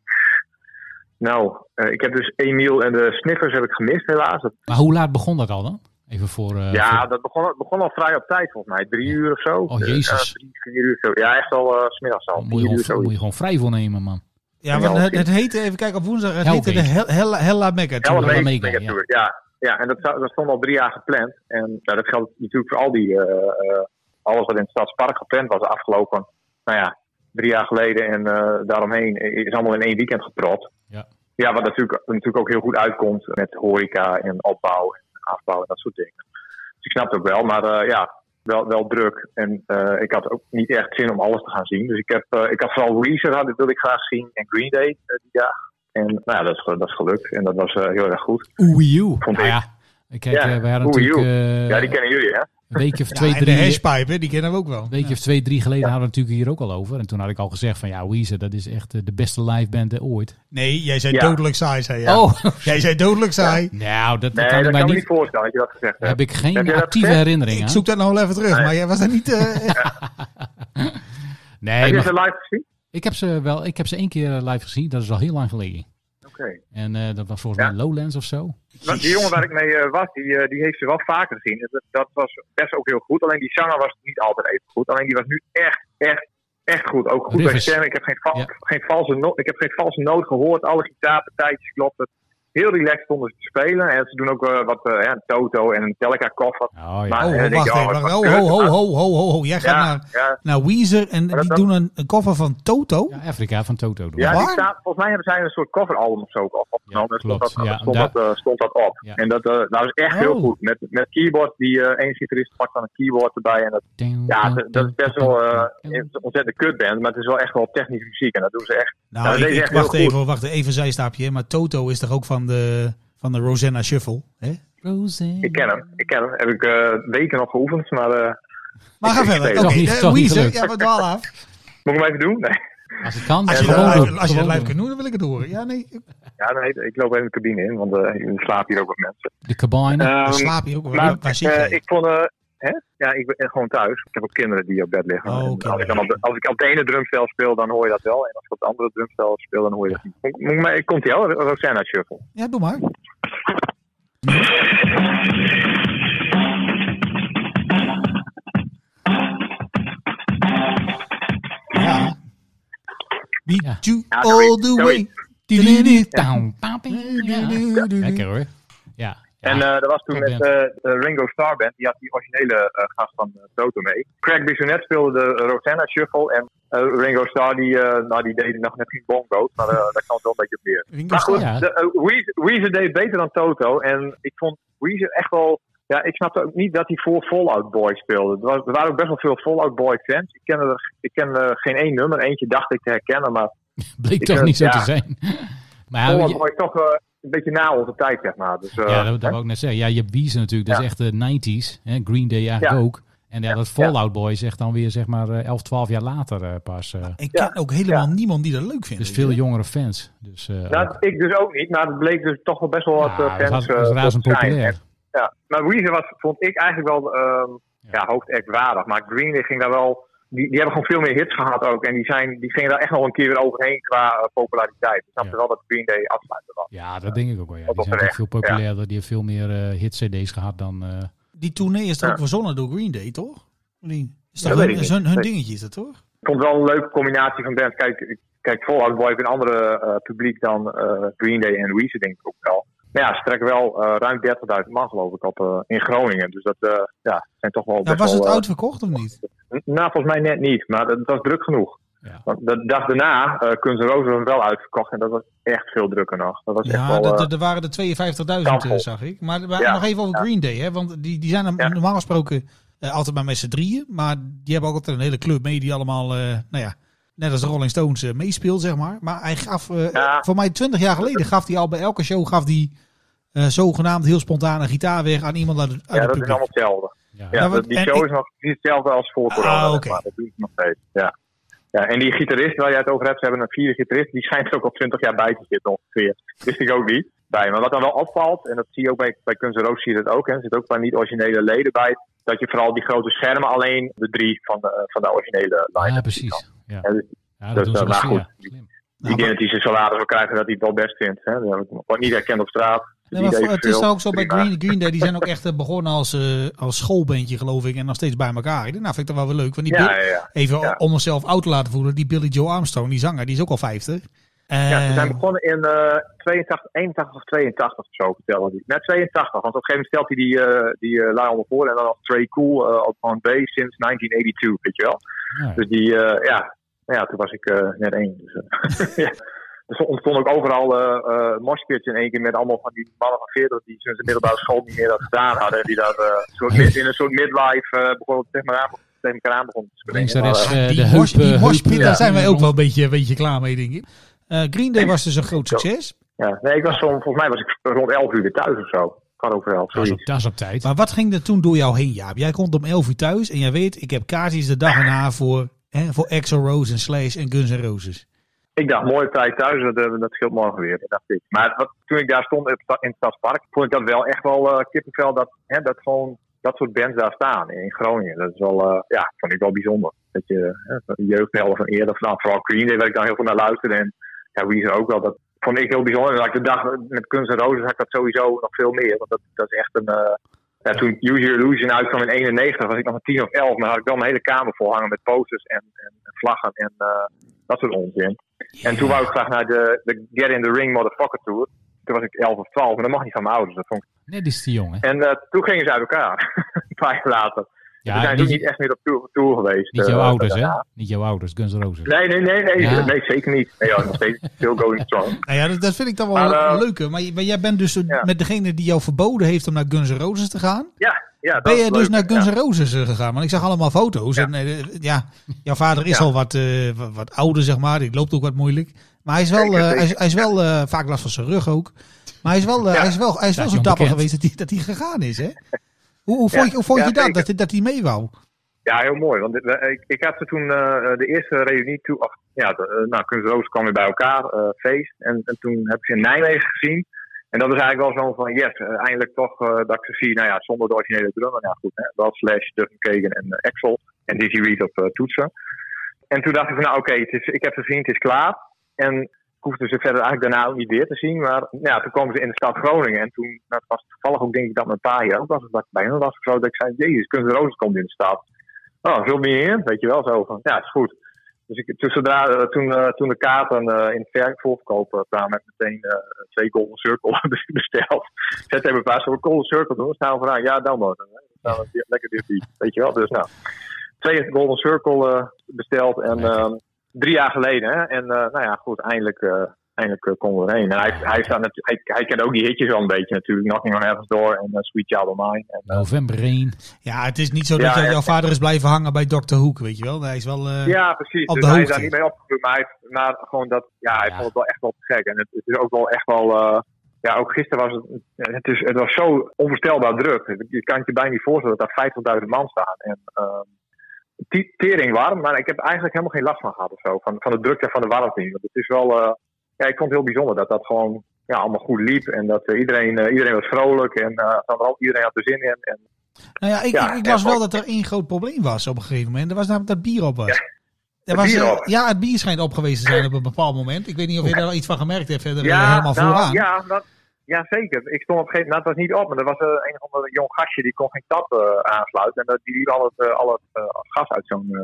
Nou, eh, ik heb dus Emiel en de Sniffers heb ik gemist, helaas. Dat-
Maar hoe laat begon dat al dan? Even voor... eh,
ja,
voor-
dat begon, dat begon al vrij op tijd, volgens mij. Drie uur of zo.
Oh,
Eh,
jezus.
ja, drie, vier uur of zo. Ja, echt al eh, 's middags al.
moet, je
Drie
gewoon,
uur zo.
moet je gewoon vrij voor nemen, man.
Ja, want het, het heette, even kijken op woensdag, het heette de Hel- Hella, Hella Mecca Tour.
Hella
Hella
Mega,
Mega,
Mega
ja.
Tour, ja. Ja, en dat, zou- dat stond al drie jaar gepland. En ja, dat geldt natuurlijk voor al die, eh, eh, alles wat in het Stadspark gepland was de afgelopen, nou ja, drie jaar geleden en eh, daaromheen is allemaal in één weekend gepropt.
Ja.
ja wat natuurlijk, natuurlijk ook heel goed uitkomt met horeca en opbouw en afbouw en dat soort dingen. Dus ik snap het ook wel, maar eh, ja, wel, wel druk. En eh, ik had ook niet echt zin om alles te gaan zien. Dus ik, heb, eh, ik had vooral Weezer, had- dat wilde ik graag zien, en Green Day eh, die dag. En nou ja, dat is, ge- dat is gelukt. En dat was eh, heel erg goed.
Oei, you.
Vond
Nou
ik.
ja, kijk,
Ja,
eh, wij hadden
oei,
natuurlijk...
joe.
eh,
ja, die kennen jullie, hè?
Een weekje
[LAUGHS]
of
Ja,
twee,
en
drie...
de hashpipe, hè, die kennen we ook wel.
Een weekje of twee, drie geleden hadden we het natuurlijk hier ook al over. En toen had ik al gezegd van ja, Weezer, dat is echt eh, de beste live band eh, ooit.
Nee, jij zei
Ja.
dodelijk saai, zei jij.
Oh, [LAUGHS]
Jij zei dodelijk saai.
nou, dat, dat
Nee,
kan ik
dat
mij
kan me
niet...
niet voorstellen dat je dat gezegd
Daar heb
hebt.
ik geen
Heb jij dat
actieve
gezegd?
herinnering
Ik
aan.
zoek dat nou wel even terug, maar jij was daar niet...
[LAUGHS]
eh,
Nee,
Heb je
maar
ze live gezien?
ik heb ze wel. Ik heb ze één keer eh, live gezien. Dat is al heel lang geleden.
Oké.
En eh, dat was volgens
Ja.
mij Lowlands of zo.
Want Die jongen waar ik mee eh, was, die, eh, die heeft ze wel vaker gezien. Dus Dat, dat was best ook heel goed. Alleen die zanger was niet altijd even goed. Alleen die was nu echt, echt, echt goed. Ook goed bij
Rivers.
stemmen. Ik heb geen, val-
Ja.
geen valse no- ik heb geen valse noot gehoord. Alle gitaarpartijtjes klopten. Heel relaxed stonden ze te spelen. En ze doen ook eh, wat eh, hè, een Toto en een Telka koffer.
Oh ja.
Maar-
Oh,
Ja,
wacht
denk je,
even.
oh,
wacht,
wat
Ho,
kut,
ho, ho,
maar-
ho, ho, ho. Jij gaat
Ja,
naar,
ja,
naar Weezer en
dat-
die doen een, een cover van Toto.
Ja, Afrika van Toto. doen.
Ja, die
Waar?
staan, volgens mij hebben zij een soort coveralbum of zo ook opgenomen.
Ja,
Daar stond,
klopt.
dat,
Ja,
stond,
daar-
dat, eh, stond dat op.
Ja.
En dat, eh dat is echt
Oh.
heel goed. Met, met keyboard, die eh één gitarist pakt dan een keyboard erbij. En dat, ja, dat- dat is best wel eh, een ontzettend kutband, maar het is wel echt wel technisch muziek. En dat doen ze echt. Ja,
Nou,
dat
ik,
deed hij
ik
echt
wacht
heel goed.
even, wacht even, een zijstapje. Maar Toto is toch ook van de, van de Rosanna Shuffle, hè?
Ik ken hem, ik ken hem. Heb ik eh, weken nog geoefend, maar eh,
Maar ga
Ik- ik weet
verder.
het.
Oké,
Toch niet-
eh,
toch niet
Weezer,
gelukt.
ja, we dwalen af.
moet ik hem even doen? [LAUGHS] Nee.
Als het kan.
Als je,
gewoon
dat
doen,
live, als je
gewoon
dat live
doen.
kunt doen, dan wil ik het horen. Ja, nee, ik
Ja, nee, ik loop even de cabine in, want eh ik slaap hier ook wat mensen.
De cabine.
ik
Ehm,
slaap hier ook wel.
Maar
Waar- Waar zit
eh,
jij?
ik vond. eh, hè? Ja, ik ben eh, gewoon thuis. Ik heb ook kinderen die op bed liggen.
Oh,
En
oké.
als, ik dan op de, als ik op de ene drumstel speel, dan hoor je dat wel. En als ik op het andere drumstel speel, dan hoor je dat niet. Moet- moet ik maar- Komt hij al? Rosanna Shuffle.
Ja, doe maar. Ja. Beat
Ja.
you
Ja,
all
zoiets,
the way.
zoiets.
Down, paping. Ja. Lekker hoor. Ja. ja.
En eh dat was toen met
topband.
eh, de Ringo Starr Band. Die had die originele eh, gast van eh, Toto mee. Craig Bissonette speelde de Rosanna Shuffle. En eh, Ringo Starr, die, eh, nou, die deed nog net geen bongo's. Maar eh daar kan het wel een beetje op neer.
Ringo
Maar goed,
Starr.
Ja.
de, eh, Weezer, Weezer deed beter dan Toto. En ik vond Weezer echt wel... Ja, ik snapte ook niet dat hij voor Fallout Boy speelde. Er, was- er waren ook best wel veel Fallout Boy fans. Ik ken, er, ik ken eh, geen één nummer. Eentje dacht ik te herkennen, maar
[LAUGHS] Bleek
ik,
toch
eh,
niet zo
ja.
te zijn. [LAUGHS] Maar
Fallout
je-
Boy toch... eh, een beetje na onze tijd, zeg maar. Dus, eh,
ja, dat,
hè?
dat wou ik net zeggen. Ja, je hebt Weezer natuurlijk, dat
Ja.
is echt de 90s. Hè? Green Day eigenlijk
Ja.
ook. En ja, dat Fallout Boy zegt dan weer zeg maar eh, 11, 12 jaar later eh, pas. eh.
Ik
Ja.
ken ook helemaal
Ja.
niemand die dat leuk vindt.
dus
weet
veel
je.
jongere fans. Dus, eh,
Nou,
ook-
ik dus ook niet, maar het bleek dus toch wel best wel wat
Ja,
eh,
dat was-
fans.
dat
eh,
was razend
te zijn.
populair.
En, ja, maar Weezer was, vond ik eigenlijk wel ehm
Ja.
ja. hoofdact waardig. Maar Green Day ging daar wel. Die, die hebben gewoon veel meer hits gehad ook. En die, zijn, die gingen daar echt nog een keer weer overheen qua eh, populariteit. Ik snapte
Ja.
wel dat Green Day afsluiten was.
Ja, dat denk ik ook wel. Ja.
Wat
Die zijn
oprecht,
ook veel populairder. Die hebben veel meer eh, hit-cd's gehad dan... eh,
Die tournee is toch
Ja.
ook verzonnen door Green Day, toch? Die- Is
Ja,
dat
weet
hun,
ik
is
niet.
hun, hun
Nee.
dingetje, is dat toch?
Ik vond het wel een leuke combinatie van bands. Kijk, kijk Fallout Boy heeft een andere eh, publiek dan eh, Green Day en Weezer, denk ik ook wel. Maar ja, ze trekken wel eh, ruim 30.000 man, geloof ik, op, eh, in Groningen. Dus dat eh, ja, zijn toch wel.
Nou,
best
was
wel,
het
eh,
uitverkocht of niet?
N- Nou, volgens mij net niet, maar dat, dat was druk genoeg.
Ja.
Want de dag daarna, eh Kunst en Rozen was wel uitverkocht en dat was echt veel drukker nog. Dat was echt
Ja,
wel...
dat,
eh,
dat- er waren er 52.000, eh,
Kampel.
zag ik. Maar, maar
Ja,
nog even over Green Day, hè? want die, die zijn dan
Ja.
normaal gesproken eh, altijd maar met z'n drieën. Maar die hebben ook altijd een hele club mee die allemaal, eh, nou ja, net als de Rolling Stones eh, meespeelt, zeg maar. Maar hij gaf, eh,
Ja.
voor mij 20 jaar geleden, gaf hij al bij elke show, gaf hij eh, zogenaamd heel spontaan een gitaar weg aan iemand uit, het- uit
ja,
het
dat is
publiek.
allemaal hetzelfde.
ja.
Ja,
Nou,
dat-
want-
die
en
show
ik-
is nog precies hetzelfde als voor corona,
Ah,
zeg
oké.
maar dat doen ze nog steeds. Ja. Ja, en die gitarist waar jij het over hebt, ze hebben een vierde gitarist, die [LAUGHS] schijnt er ook al twintig jaar bij te zitten ongeveer. Wist ik ook niet bij. Maar wat dan wel opvalt, en dat zie je ook bij, bij Kunst en Roos zie je dat ook, hè, er zitten ook een paar niet-originele leden bij, dat je vooral die grote schermen alleen de drie van de, van de originele line
Ja, precies. Ja,
Ja, dus-
ja dat
dus,
doen ze wel
eh, maar
slim,
goed.
ja. Slim.
Nou,
Ik denk dat hij zijn salaris wel krijgen dat hij het wel best vindt. Hè? Dat wordt niet herkend op straat.
Nee, maar
Niet
voor- het is
evenveel.
dan ook zo bij
Prima.
Green, Green Day. Die zijn ook echt eh, begonnen als, eh, als schoolbandje, geloof ik. En nog steeds bij elkaar. Ik dacht, Nou, vind ik dat wel weer leuk. Want die
Ja,
Bill-
ja, ja.
even
Ja.
om onszelf oud te laten voelen. Die Billy Joe Armstrong, die zanger, die is ook al 50. Eh,
ja, ze zijn begonnen in eh 82, 81 of 82 of zo, vertellen die. Net 82, want op een gegeven moment stelt hij die, eh die eh, Lionel voor en dan als Trey Cool eh, op on Bay sinds 1982, weet je wel.
Ja.
Dus die, eh, ja, nou ja, toen was ik eh, net één. Dus, eh, [LAUGHS] ja. Dus er ontstonden ook overal eh eh moshpits in één keer met allemaal van die mannen van 40 die sinds de middelbare school niet meer dat gedaan hadden. En die daar eh, soort mid- in een soort midlife eh begonnen tegen elkaar aan, tegen elkaar aan begonnen te springen.
Links en
Maar,
rechts
eh,
eh,
die
de
mosh-
heup,
die
eh,
moshpit,
heup,
daar
eh,
zijn wij ook wel een beetje, een beetje klaar mee, denk ik. Eh, Green Day was dus een groot succes.
Ja, nee, ik was zo, volgens mij was ik rond 11 uur weer thuis of zo. Kwart over 11,
Dat is op-
zoiets.
dat is op tijd.
Maar wat ging er toen door jou heen, Jaap? Jij komt om 11 uur thuis en jij weet, ik heb kaartjes de dag erna voor, hè, voor Exo Rose en Slash en Guns N' Roses.
Ik dacht, mooie tijd thuis, dat, eh, dat scheelt morgen weer. Dat dacht ik. Maar wat, toen ik daar stond in het sta- in het Stadspark, vond ik dat wel echt wel eh, kippenvel dat, hè, dat gewoon dat soort bands daar staan in Groningen. Dat is wel, eh, ja, vond ik wel bijzonder. Dat je hè, de jeugdhelden van eerder, van, nou, vooral Green Day, waar ik dan heel veel naar luisterde. En ja, Weezer ook wel. Dat vond ik heel bijzonder. En dat ik de dag met Kunst en Rozen had ik dat sowieso nog veel meer. Want dat, dat is echt een... eh, ja, toen Use Your Illusion uitkwam in 91 was ik nog een 10 of 11. Maar had ik wel mijn hele kamer vol hangen met posters en, en vlaggen en eh, dat soort onzin. En toen wou ik graag naar de, de Get in the Ring Motherfucker Tour. Toen was ik 11 of 12, maar dat mag niet van mijn ouders. Dat vond ik...
Net is die jongen.
En eh, toen gingen ze uit elkaar, [LAUGHS] een paar jaar later. Ja, we
Ja,
zijn toen
niet,
niet echt meer op tour, tour geweest.
niet
eh,
jouw ouders, hè?
daarna.
Niet jouw ouders, Guns N' Roses.
Nee, nee, nee, nee,
Ja.
nee, zeker niet. Nee, joh, nog steeds still going strong.
Nou ja, dat, dat vind ik dan wel
Maar,
een
eh,
leuke. Maar, j- maar jij bent dus
ja.
met degene die jou verboden heeft om naar Guns N' Roses te gaan.
Ja, ja, dat
Ben
is
jij dus
leuk.
naar Guns
Ja.
N' Roses eh, gegaan? Want ik zag allemaal foto's.
Ja.
En eh, ja, jouw vader is
Ja.
al wat, eh, wat, wat ouder, zeg maar. Die loopt ook wat moeilijk. Maar hij is wel,
Zeker,
eh, hij is,
zeker.
hij is wel eh, vaak last van zijn rug ook. Maar hij is wel, eh,
Ja.
hij is wel, hij is
Dat
wel
is
zo dapper
onbekend.
geweest dat hij, dat hij gegaan is, hè? Hoe, hoe vond
Ja.
je, hoe vond
Ja,
je dat,
zeker.
dat, hij- dat hij mee wou?
Ja, heel mooi. Want we- ik, ik had ze toen eh, de eerste reunie toe. Of, ja, de, eh, nou, Kunst Roos kwam weer bij elkaar, eh, feest. En, en toen heb ik ze in Nijmegen gezien. En dat is eigenlijk wel zo'n van, yes, eh, eindelijk toch eh, dat ik ze zie. Nou ja, zonder de originele drummer. Nou goed, hè, wel Slash, Duff Kagan en eh, Axel. En Dizzy Reed op eh, toetsen. En toen dacht ik van, nou oké, het is ik heb ze gezien, het is klaar. En ik hoefde ze verder eigenlijk daarna ook niet weer te zien. Maar nou ja, toen kwamen ze in de stad Groningen. En toen, dat was toevallig ook denk ik dat mijn pa hier ook was. of Dat ik bij hen was of zo. Dat ik zei, jezus, Kunst Roos komt in de stad. Oh, veel meer in, weet je wel. Zo van, ja, is goed. Dus ik, toen, zodra, eh, toen, eh, toen de kaarten eh, in het ver- voorverkoop eh, kwamen, heb ik meteen eh, twee Golden Circle [LAUGHS] besteld. Zet even een paar zo'n Golden Circle doen, staan we vooraan. Ja, dan maar. Dan staan we hier- lekker dichtbij, weet je wel. Dus nou, twee Golden Circle eh, besteld en
Lekker.
ehm, drie jaar geleden. Hè? En eh, nou ja, goed, eindelijk, eh, eindelijk eh, konden we erheen. En hij, hij, staat natu- hij, hij kent ook die hitjes wel een beetje natuurlijk. Knocking on Heaven's Door en eh, Sweet Child of Mine. En, eh,
November Rain.
Ja, het is niet zo dat
Ja,
jou-
ja.
jouw vader is blijven hangen bij Dr. Hoek, weet je wel. Hij is wel... eh,
Ja, precies.
op
dus
de
hij is
hoogte.
daar niet mee opgegroeid. Maar, hij heeft- maar gewoon dat, ja, hij
Ja.
vond het wel echt wel te gek. En het, het is ook wel echt wel, eh, ja, ook gisteren was het, het, is, het was zo onvoorstelbaar druk. Je kan het je bijna niet voorstellen dat daar 50.000 man staan. En ehm, ti- tering warm, maar ik heb eigenlijk helemaal geen last van gehad of zo. Van, van de drukte en van de warmte. niet. Want het is wel, eh, ja, ik vond het heel bijzonder dat dat gewoon ja, allemaal goed liep. En dat eh, iedereen, eh, iedereen was vrolijk en eh, vooral iedereen had er zin in. En
Nou ja, ik,
Ja,
ik, ik
en
las wel
ook-
dat er één groot probleem was op een gegeven moment. Er was namelijk dat bier op was. Er
het
was,
bier
eh,
op.
Ja, het bier schijnt op geweest te zijn op een bepaald moment. Ik weet niet of je daar al iets van gemerkt hebt. Verder eh,
Ja,
helemaal
nou,
vooraan.
Ja, dat, ja, zeker. Ik stond op een gegeven moment, dat was niet op, maar er was eh, een of ander jong gastje die kon geen tap eh, aansluiten. En dat, die liep al het, eh, al het eh, gas uit zo'n. eh,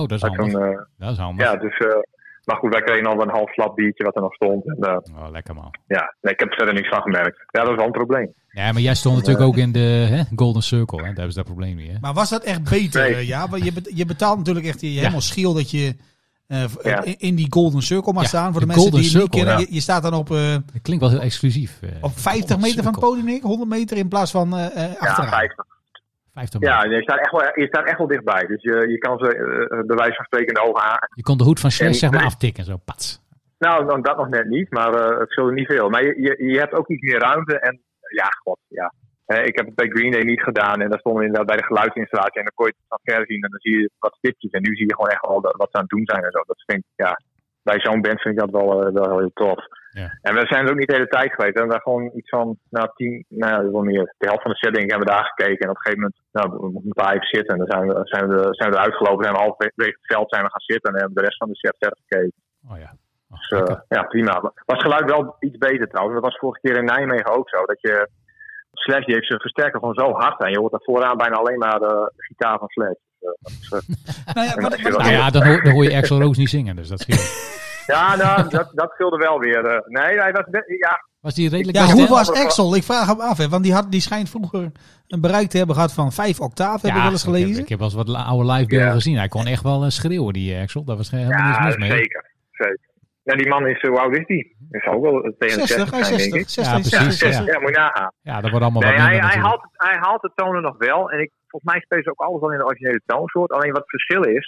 Oh, dat is
uit zo'n
handig.
eh,
Dat is handig.
ja, dus. eh, maar goed, wij kregen al een half slap biertje wat er nog stond. En, eh,
Oh, lekker man.
ja, nee, ik heb er verder niks van gemerkt. Ja, dat is wel een probleem.
Ja, maar jij stond natuurlijk
eh,
ook in de hè, Golden Circle. Hè? Daar hebben ze dat probleem niet. Hè?
Maar was dat echt beter?
Nee.
eh, Ja, want je, bet- je betaalt natuurlijk echt je, helemaal schiel dat je eh, v-
Ja.
in, in die golden circle mag
Ja,
staan. Voor de,
de
mensen die
golden
het niet
circle,
kennen,
ja.
je, je staat dan op, eh,
Dat klinkt wel heel exclusief. eh.
op 50
Golden
meter van het
Circle.
podium, denk ik. 100 meter in plaats van eh, eh,
Ja,
achteraan.
50.
50 meter.
Ja, je staat, echt wel, je staat echt wel dichtbij. Dus je, je kan ze eh, eh, bij wijze van spreken in de ogen aan.
Je kon de hoed van Slash
En-
zeg maar
en-
aftikken. Zo, pats.
Nou, dan dat nog net niet, maar eh, het zullen niet veel. Maar je, je, je hebt ook iets meer ruimte en ja, god, ja. Eh, ik heb het bij Green Day niet gedaan en daar stonden we inderdaad bij de geluidsinstallatie en dan kon je het van ver zien en dan zie je wat stipjes en nu zie je gewoon echt al dat- wat ze aan het doen zijn en zo. Dat vind ik, ja, bij zo'n band vind ik dat wel, eh, wel heel tof.
Ja.
En we zijn er ook niet de hele tijd geweest. We hebben daar gewoon iets van, nou, tien, nou, wel meer. De helft van de set denk ik hebben we daar gekeken en op een gegeven moment, nou, we moeten een paar even zitten en dan zijn we, zijn we, zijn we eruit gelopen en halverwege het veld zijn we gaan zitten en hebben we de rest van de set verder gekeken.
Oh ja. Oh,
Dus, eh,
lekker.
ja, prima. Was het geluid wel iets beter trouwens. Dat was vorige keer in Nijmegen ook zo. Dat je Slash die heeft zijn versterker gewoon zo hard aan. Je hoort daar vooraan bijna alleen maar de gitaar van Slash. Dus, eh, dat is, eh,
Nou ja, wat,
dat is
wat-
wel-
Nou ja, dan hoor, dan hoor je Axel Rose niet zingen. Dus dat scheelt.
ja,
[LAUGHS]
nou, dat, dat scheelde wel weer. eh. nee, hij was net- ja,
Was die redelijk
ja,
bij
hoe
stem?
was Axel? Ik vraag hem af, hè, want die, had, die schijnt vroeger een bereik te hebben gehad van 5 octaaf, heb ik wel eens
ik heb-
gelezen.
Ik heb, wel eens wat la- oude live beelden
Ja.
gezien. Hij kon echt wel eh, schreeuwen, die eh, Axel. Daar was geen- helemaal niks
ja
mis mee.
zeker. zeker. Ja, die man is, eh, hoe oud is die? Hij zou ook wel tegen
60,
de 60
hij
zijn, denk
60.
ik.
Ja,
60,
precies,
60,
ja.
60.
Ja, moet je nagaan.
Ja, dat wordt allemaal
Nee,
wat minder
hij, hij,
natuurlijk.
haalt, hij haalt de tonen nog wel. En ik, volgens mij speelt ze ook alles al in de originele toonsoort. Alleen wat het verschil is,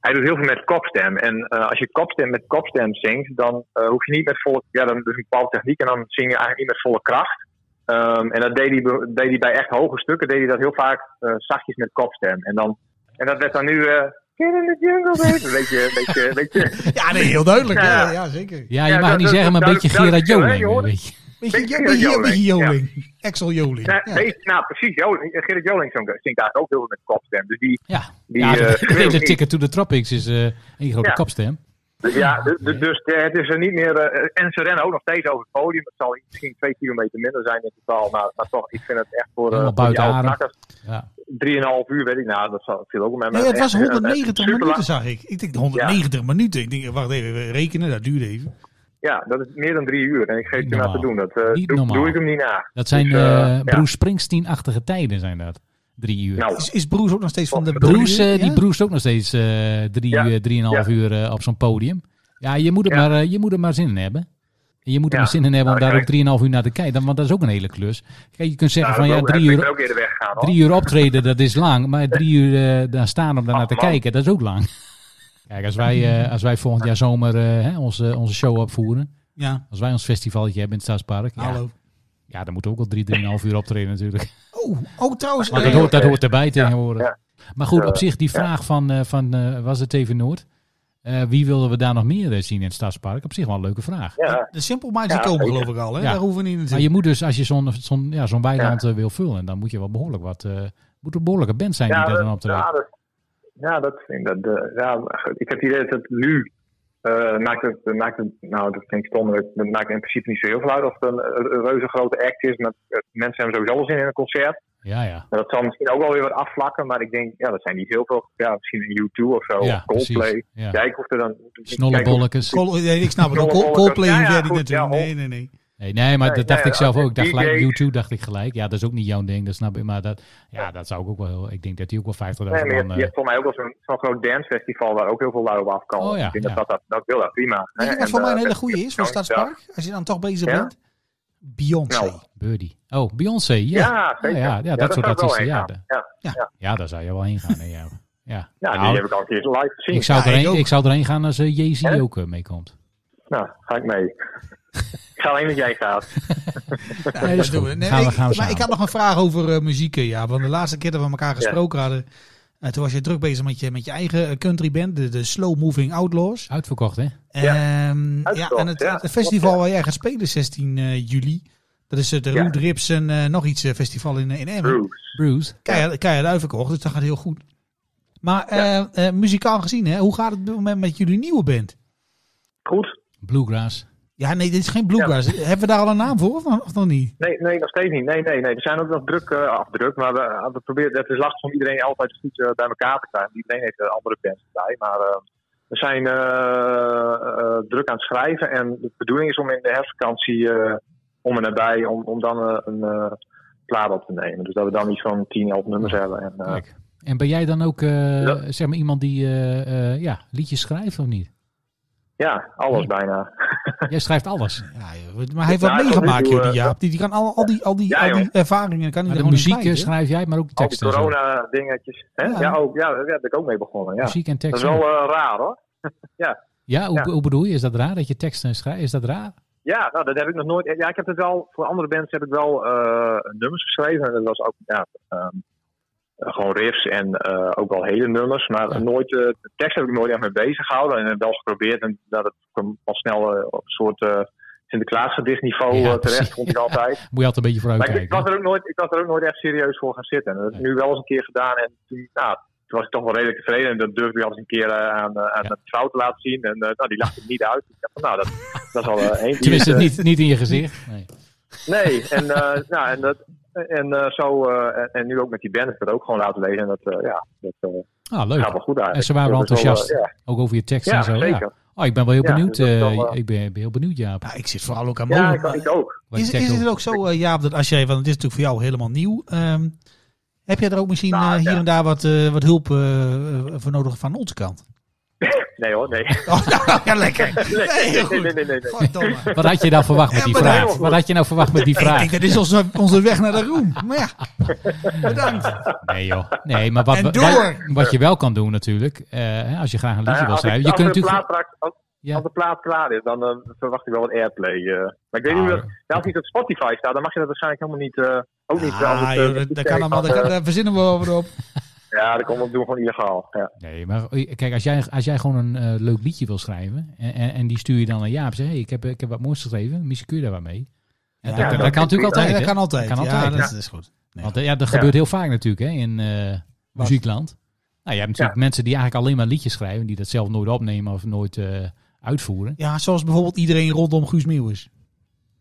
hij doet heel veel met kopstem. En eh, als je kopstem met kopstem zingt, dan eh, hoef je niet met volle... Ja, dan dus een bepaalde techniek en dan zing je eigenlijk niet met volle kracht. Ehm, en dat deed hij, be- deed hij bij echt hoge stukken, deed hij dat heel vaak eh, zachtjes met kopstem. En, dan, en dat werd dan nu... eh Kid in the jungle, baby. Een beetje, een beetje, een
[LAUGHS]
beetje...
Ja, nee, heel duidelijk. Ja,
Ja.
ja, zeker.
Ja, je
Ja,
mag
dat-
niet
dat-
zeggen, maar
dat-
een beetje
dat-
Gerard
dat-
Joling. eh,
hoor.
weet je.
Beetje,
Beetje
beetje,
Joling,
beetje
ja.
Joling. Axel Joling.
Nou,
ja.
weet- nou, precies. Joling, Gerrit Joling zingt daar ook heel veel met kopstem. Dus die,
Ja,
Die,
ja
eh,
de- de
[LAUGHS]
hele
schreeuwt niet.
Ticket to the Tropics is eh één grote
Ja.
kapstem.
Dus ja, dus, dus- dus eh, het is er niet meer. eh, en ze rennen ook nog steeds over het podium. Het zal misschien twee kilometer minder zijn in totaal. Maar, maar toch, ik vind het echt voor, eh,
Helemaal
voor die
buiten
oude
adem.
knakkers.
Ja.
Drieënhalf uur, weet ik nou, dat zal- viel ook met eh,
Nee, het was 190 minuten,
minuten.
zag ik. Ik denk 190 minuten. Ik denk, eh, wacht even, we rekenen, dat duurde even.
Ja, dat is meer dan drie uur. En ik geef
Niet
het je na te
normaal.
doen. Dat eh,
Niet
doe,
normaal.
doe ik hem niet na.
Dat zijn
Dus, eh,
eh
ja.
Bruce Springsteen-achtige tijden zijn dat. Drie uur.
Nou,
Is, is Broes ook nog steeds van de
Oh,
Bruce, eh,
ja?
die Bruce ook nog steeds eh drie,
Ja.
uur, drieënhalf
Ja.
uur eh, op zo'n podium. Ja, je moet, het
Ja.
Maar, eh, je moet er maar zin in hebben. En je moet er
Ja.
maar zin in hebben om
Nou,
daar ook
kijk.
drieënhalf uur naar te kijken. Want dat is ook een hele klus. Kijk, je kunt zeggen
nou,
van ja,
dat-
drie
ik ben
uur,
ook eerder weggegaan. hoor.
drie uur optreden, dat is lang. Maar drie uur eh, daar staan om daar
Ach,
naar te
man.
kijken, dat is ook lang. [LAUGHS] Kijk, als wij, eh, als wij volgend jaar zomer eh, hè, onze, onze show opvoeren.
Ja,
Als wij ons festivaltje hebben in het Stadspark. Ja,
hallo.
ja, dan moeten we ook wel drie, drieënhalf uur optreden
[LAUGHS]
natuurlijk.
Oh, oh, trouwens.
Maar
eh,
dat hoort, dat hoort erbij tegenwoordig.
ja.
Maar goed, op
Eh,
zich die vraag van, eh, van eh, was het even Noord? Eh, wie wilden we daar nog meer eh, zien in het Stadspark? Op zich wel een leuke vraag.
Ja,
de Simple Minds die
Ja,
komen
zeker.
geloof ik al, hè?
Ja.
Daar hoeven we niet
Maar
naartoe.
je moet dus, als je zo'n zo'n ja, zo'n weiland eh, wil vullen, dan moet je wel behoorlijk wat... eh moet een behoorlijke band zijn
ja,
die daar dan
dat,
optreedt.
ja, dat, ja, dat vind ik. dat- eh, ja, ik heb het idee dat het nu. eh, maakt het, maakt het, nou dat vind ik stom, maar het maakt in principe niet zo heel veel uit of het een, eh, reuze grote act is. Maar, eh, mensen hebben sowieso wel zin in een concert.
Ja, ja.
Maar dat zal misschien ook wel weer wat afvlakken, maar ik denk, ja, dat zijn niet heel veel. Ja, misschien een U2 of zo,
ja,
of Oh, Coldplay.
precies. Ja.
Ja, ik hoef er dan... kijk, of-
Snollebollekes.
Col- eh, nee, ik snap het. ook.
Col-
Col-
Col-
Coldplay
Ja, ja,
hoef jij niet
goed,
naartoe.
ja, hoor.
Nee, nee, nee.
Nee, nee, maar
Nee,
dat dacht
nee,
ik zelf
als
ook.
je
Ik dacht gelijk,
DJ's
YouTube dacht ik gelijk. Ja, dat is ook niet jouw ding, dat snap ik. Maar dat, ja, dat zou ik ook wel heel... Ik denk dat die ook wel 50.000
Nee,
man...
maar je, hebt-
eh,
je hebt voor mij ook wel zo'n zo'n groot dancefestival waar ook heel veel lui op afkomen.
Oh ja,
ik denk
ja.
dat, dat dat wil dat prima.
Weet je
hè.
wat
En,
voor mij een
eh,
hele
dat-
goede is voor
ja,
Stadspark? Als je dan toch bezig
Ja?
bent? Beyoncé.
Nou.
Birdie. Oh, Beyoncé. Ja,
Ja,
ja, Oh,
zeker.
ja, dat soort
zou ik wel
artiesten.
heen
Ja,
gaan.
de-
ja.
ja, daar zou je wel heen gaan. hè, Ja, [LAUGHS] ja.
Ja, die
Nou,
heb ik al een keer live gezien.
Ik zou,
Ja, ik
erheen,
ook.
ik zou erheen gaan als eh Jay-Z
Hè?
ook eh, meekomt.
Nou, ga ik mee. ga alleen dat jij gaat.
Nee, dat is
doen
goed.
we. Nee,
Gaan we-
ik-
gaan we
maar
samen.
ik had nog een vraag over eh, muziek. eh, Ja, want de laatste keer dat we elkaar gesproken hadden, eh, toen was je druk bezig met je, met je eigen eh, country band, de, de Slow Moving Outlaws.
Uitverkocht, hè?
Ja.
Ehm, ja,
Uitverkocht,
en het,
ja.
het festival waar jij gaat spelen 16 eh, juli, dat is het
Ja.
Root Rips en eh, nog iets eh, festival in, eh, in Emmen.
Bruce.
Bruce.
Keihard, keihard uitverkocht, dus dat gaat heel goed. Maar eh, eh, muzikaal gezien, hè, hoe gaat het op dit moment met jullie nieuwe band?
Goed?
Bluegrass.
Ja, nee, dit is geen bluegrass. Hebben we daar al een naam voor of, of nog niet?
Nee, nee, nog steeds niet. Nee, nee, nee. We zijn ook nog druk, eh af druk. Maar we, we proberen, het is lastig om iedereen altijd goed eh, bij elkaar te krijgen. Iedereen heeft eh, andere bands bij. Maar eh, we zijn eh, eh, druk aan het schrijven. En de bedoeling is om in de herfstvakantie eh, om en nabij, om, om dan eh, een eh, plaat op te nemen. Dus dat we dan iets van 10, 11 nummers hebben. En, eh,
Kijk. En ben jij dan ook eh,
Ja.
zeg maar iemand die eh, eh, ja, liedjes schrijft of
[LAUGHS]
niet?
ja, alles bijna.
Jij schrijft alles. Maar
Ja, joh, maar hij heeft wat
Ja, tot nu
meegemaakt,
toe,
joh, die
eh,
Jaap. Die, die kan al, al die, al die,
Ja,
al die
joh.
ervaringen kan hij
de
er gewoon in
muziek eh,
kwijt, hè?
schrijf jij, maar ook
Al die
teksten. en zo.
corona-dingetjes. hè?
Ja.
Ja, ook, ja, daar heb ik ook mee begonnen. Ja.
Muziek en
Dat is
teksten.
wel eh, raar hoor.
ja, hoe,
ja.
hoe bedoel je? Is dat raar dat je teksten schrijft? Is dat raar?
Ja, nou, dat heb ik nog nooit. Ja, ik heb het wel. Voor andere bands heb ik wel eh, nummers geschreven. En dat was ook ja, ehm, gewoon riffs en eh, ook wel hele nummers. Maar
Ja.
nooit, eh, de tekst heb ik nooit echt mee bezig gehouden. En heb wel geprobeerd. En dat het kwam al snel eh, op een soort eh Sinterklaasgedicht niveau
Ja,
terecht,
precies.
vond ik altijd.
Moet je altijd een beetje vooruit
Maar ik, ik
kijken.
was er ook nooit, ik was er ook nooit echt serieus voor gaan zitten. En dat heb ik nu wel eens een keer gedaan. En toen, nou, toen was ik toch wel redelijk tevreden. En dat durfde ik al eens een keer eh, aan, eh, aan
Ja.
mijn vrouw te laten zien. En eh, nou, die lachte het niet uit. Ik dacht van, nou, dat, dat is al eh, één.
Tenminste,
eh,
niet, niet in je gezicht. Nee.
Nee, en, eh, nou, en, dat, en eh, zo, eh, en, en nu ook met die band heb ik het ook gewoon laten lezen. En dat, eh, ja, dat eh,
Ah, leuk.
gaat wel goed eigenlijk.
En ze waren
Dat
wel
is eh,
enthousiast.
ja.
Ook over je teksten
ja,
en zo.
zeker.
Ja. Oh, ik ben wel heel
Ja,
benieuwd.
dus dat is wel,
eh,
eh,
ik ben, ben heel benieuwd, Jaap.
Nou, ik zit vooral ook aan
Ja,
mogelijk-
ik, ik ook.
wat je
Is,
tekst
is het
over-
ook zo, eh, Jaap, dat als jij, want het is natuurlijk voor jou helemaal nieuw. ehm, heb jij er ook misschien
Nou,
eh, hier
ja.
en daar wat, eh, wat hulp eh, eh, voor nodig van onze kant? [LAUGHS]
Nee hoor, nee. [LAUGHS]
Oh, nou, ja, lekker.
Nee,
Nee, heel
nee,
goed.
nee, nee, nee, nee.
Goddomme.
Wat had je nou verwacht met
Ja,
die
maar
heel
vraag?
goed.
Wat had je nou verwacht met die
[LAUGHS] Ik
vraag?
denk, dat is onze, onze weg naar de roem. Maar
[LAUGHS]
ja, bedankt.
Nee joh. Nee, maar wat,
En
wat,
door!
wat je wel kan doen natuurlijk, eh, hè, als je graag een
Nou
liedje
ja,
wil
als, ik,
schrijven. Je
als,
kunt
de
natuurlijk...
plaat straks- als,
Ja.
als de plaat klaar is, dan eh, verwacht ik wel wat airplay. eh. Maar ik weet
Ah,
niet hoe dat... ja, als niet op Spotify staat, dan mag je dat waarschijnlijk helemaal niet... eh, ook niet. als het,
Ah,
eh,
joh, dat, dat kan allemaal, dat kan- daar verzinnen we over op.
Ja, dat komt ook doen we gewoon illegaal. Ja.
Nee, maar eh, kijk, als jij, als jij gewoon een eh, leuk liedje wil schrijven en, en, en die stuur je dan aan Jaap. Zeg, hey, ik, heb, ik heb wat moois geschreven, misschien kun je daar wat mee. En
Ja,
dat, dat
dat-
kan natuurlijk
Nee,
altijd.
dat
hè?
kan altijd.
Kan
Ja,
altijd.
dat, is- dat is goed. Nee.
Want eh, ja, dat gebeurt heel vaak natuurlijk hè, in eh,
Wat?
muziekland. Nou, je hebt natuurlijk mensen die eigenlijk alleen maar liedjes schrijven, die dat zelf nooit opnemen of nooit eh, uitvoeren.
Ja, zoals bijvoorbeeld iedereen rondom Guus Meeuwis.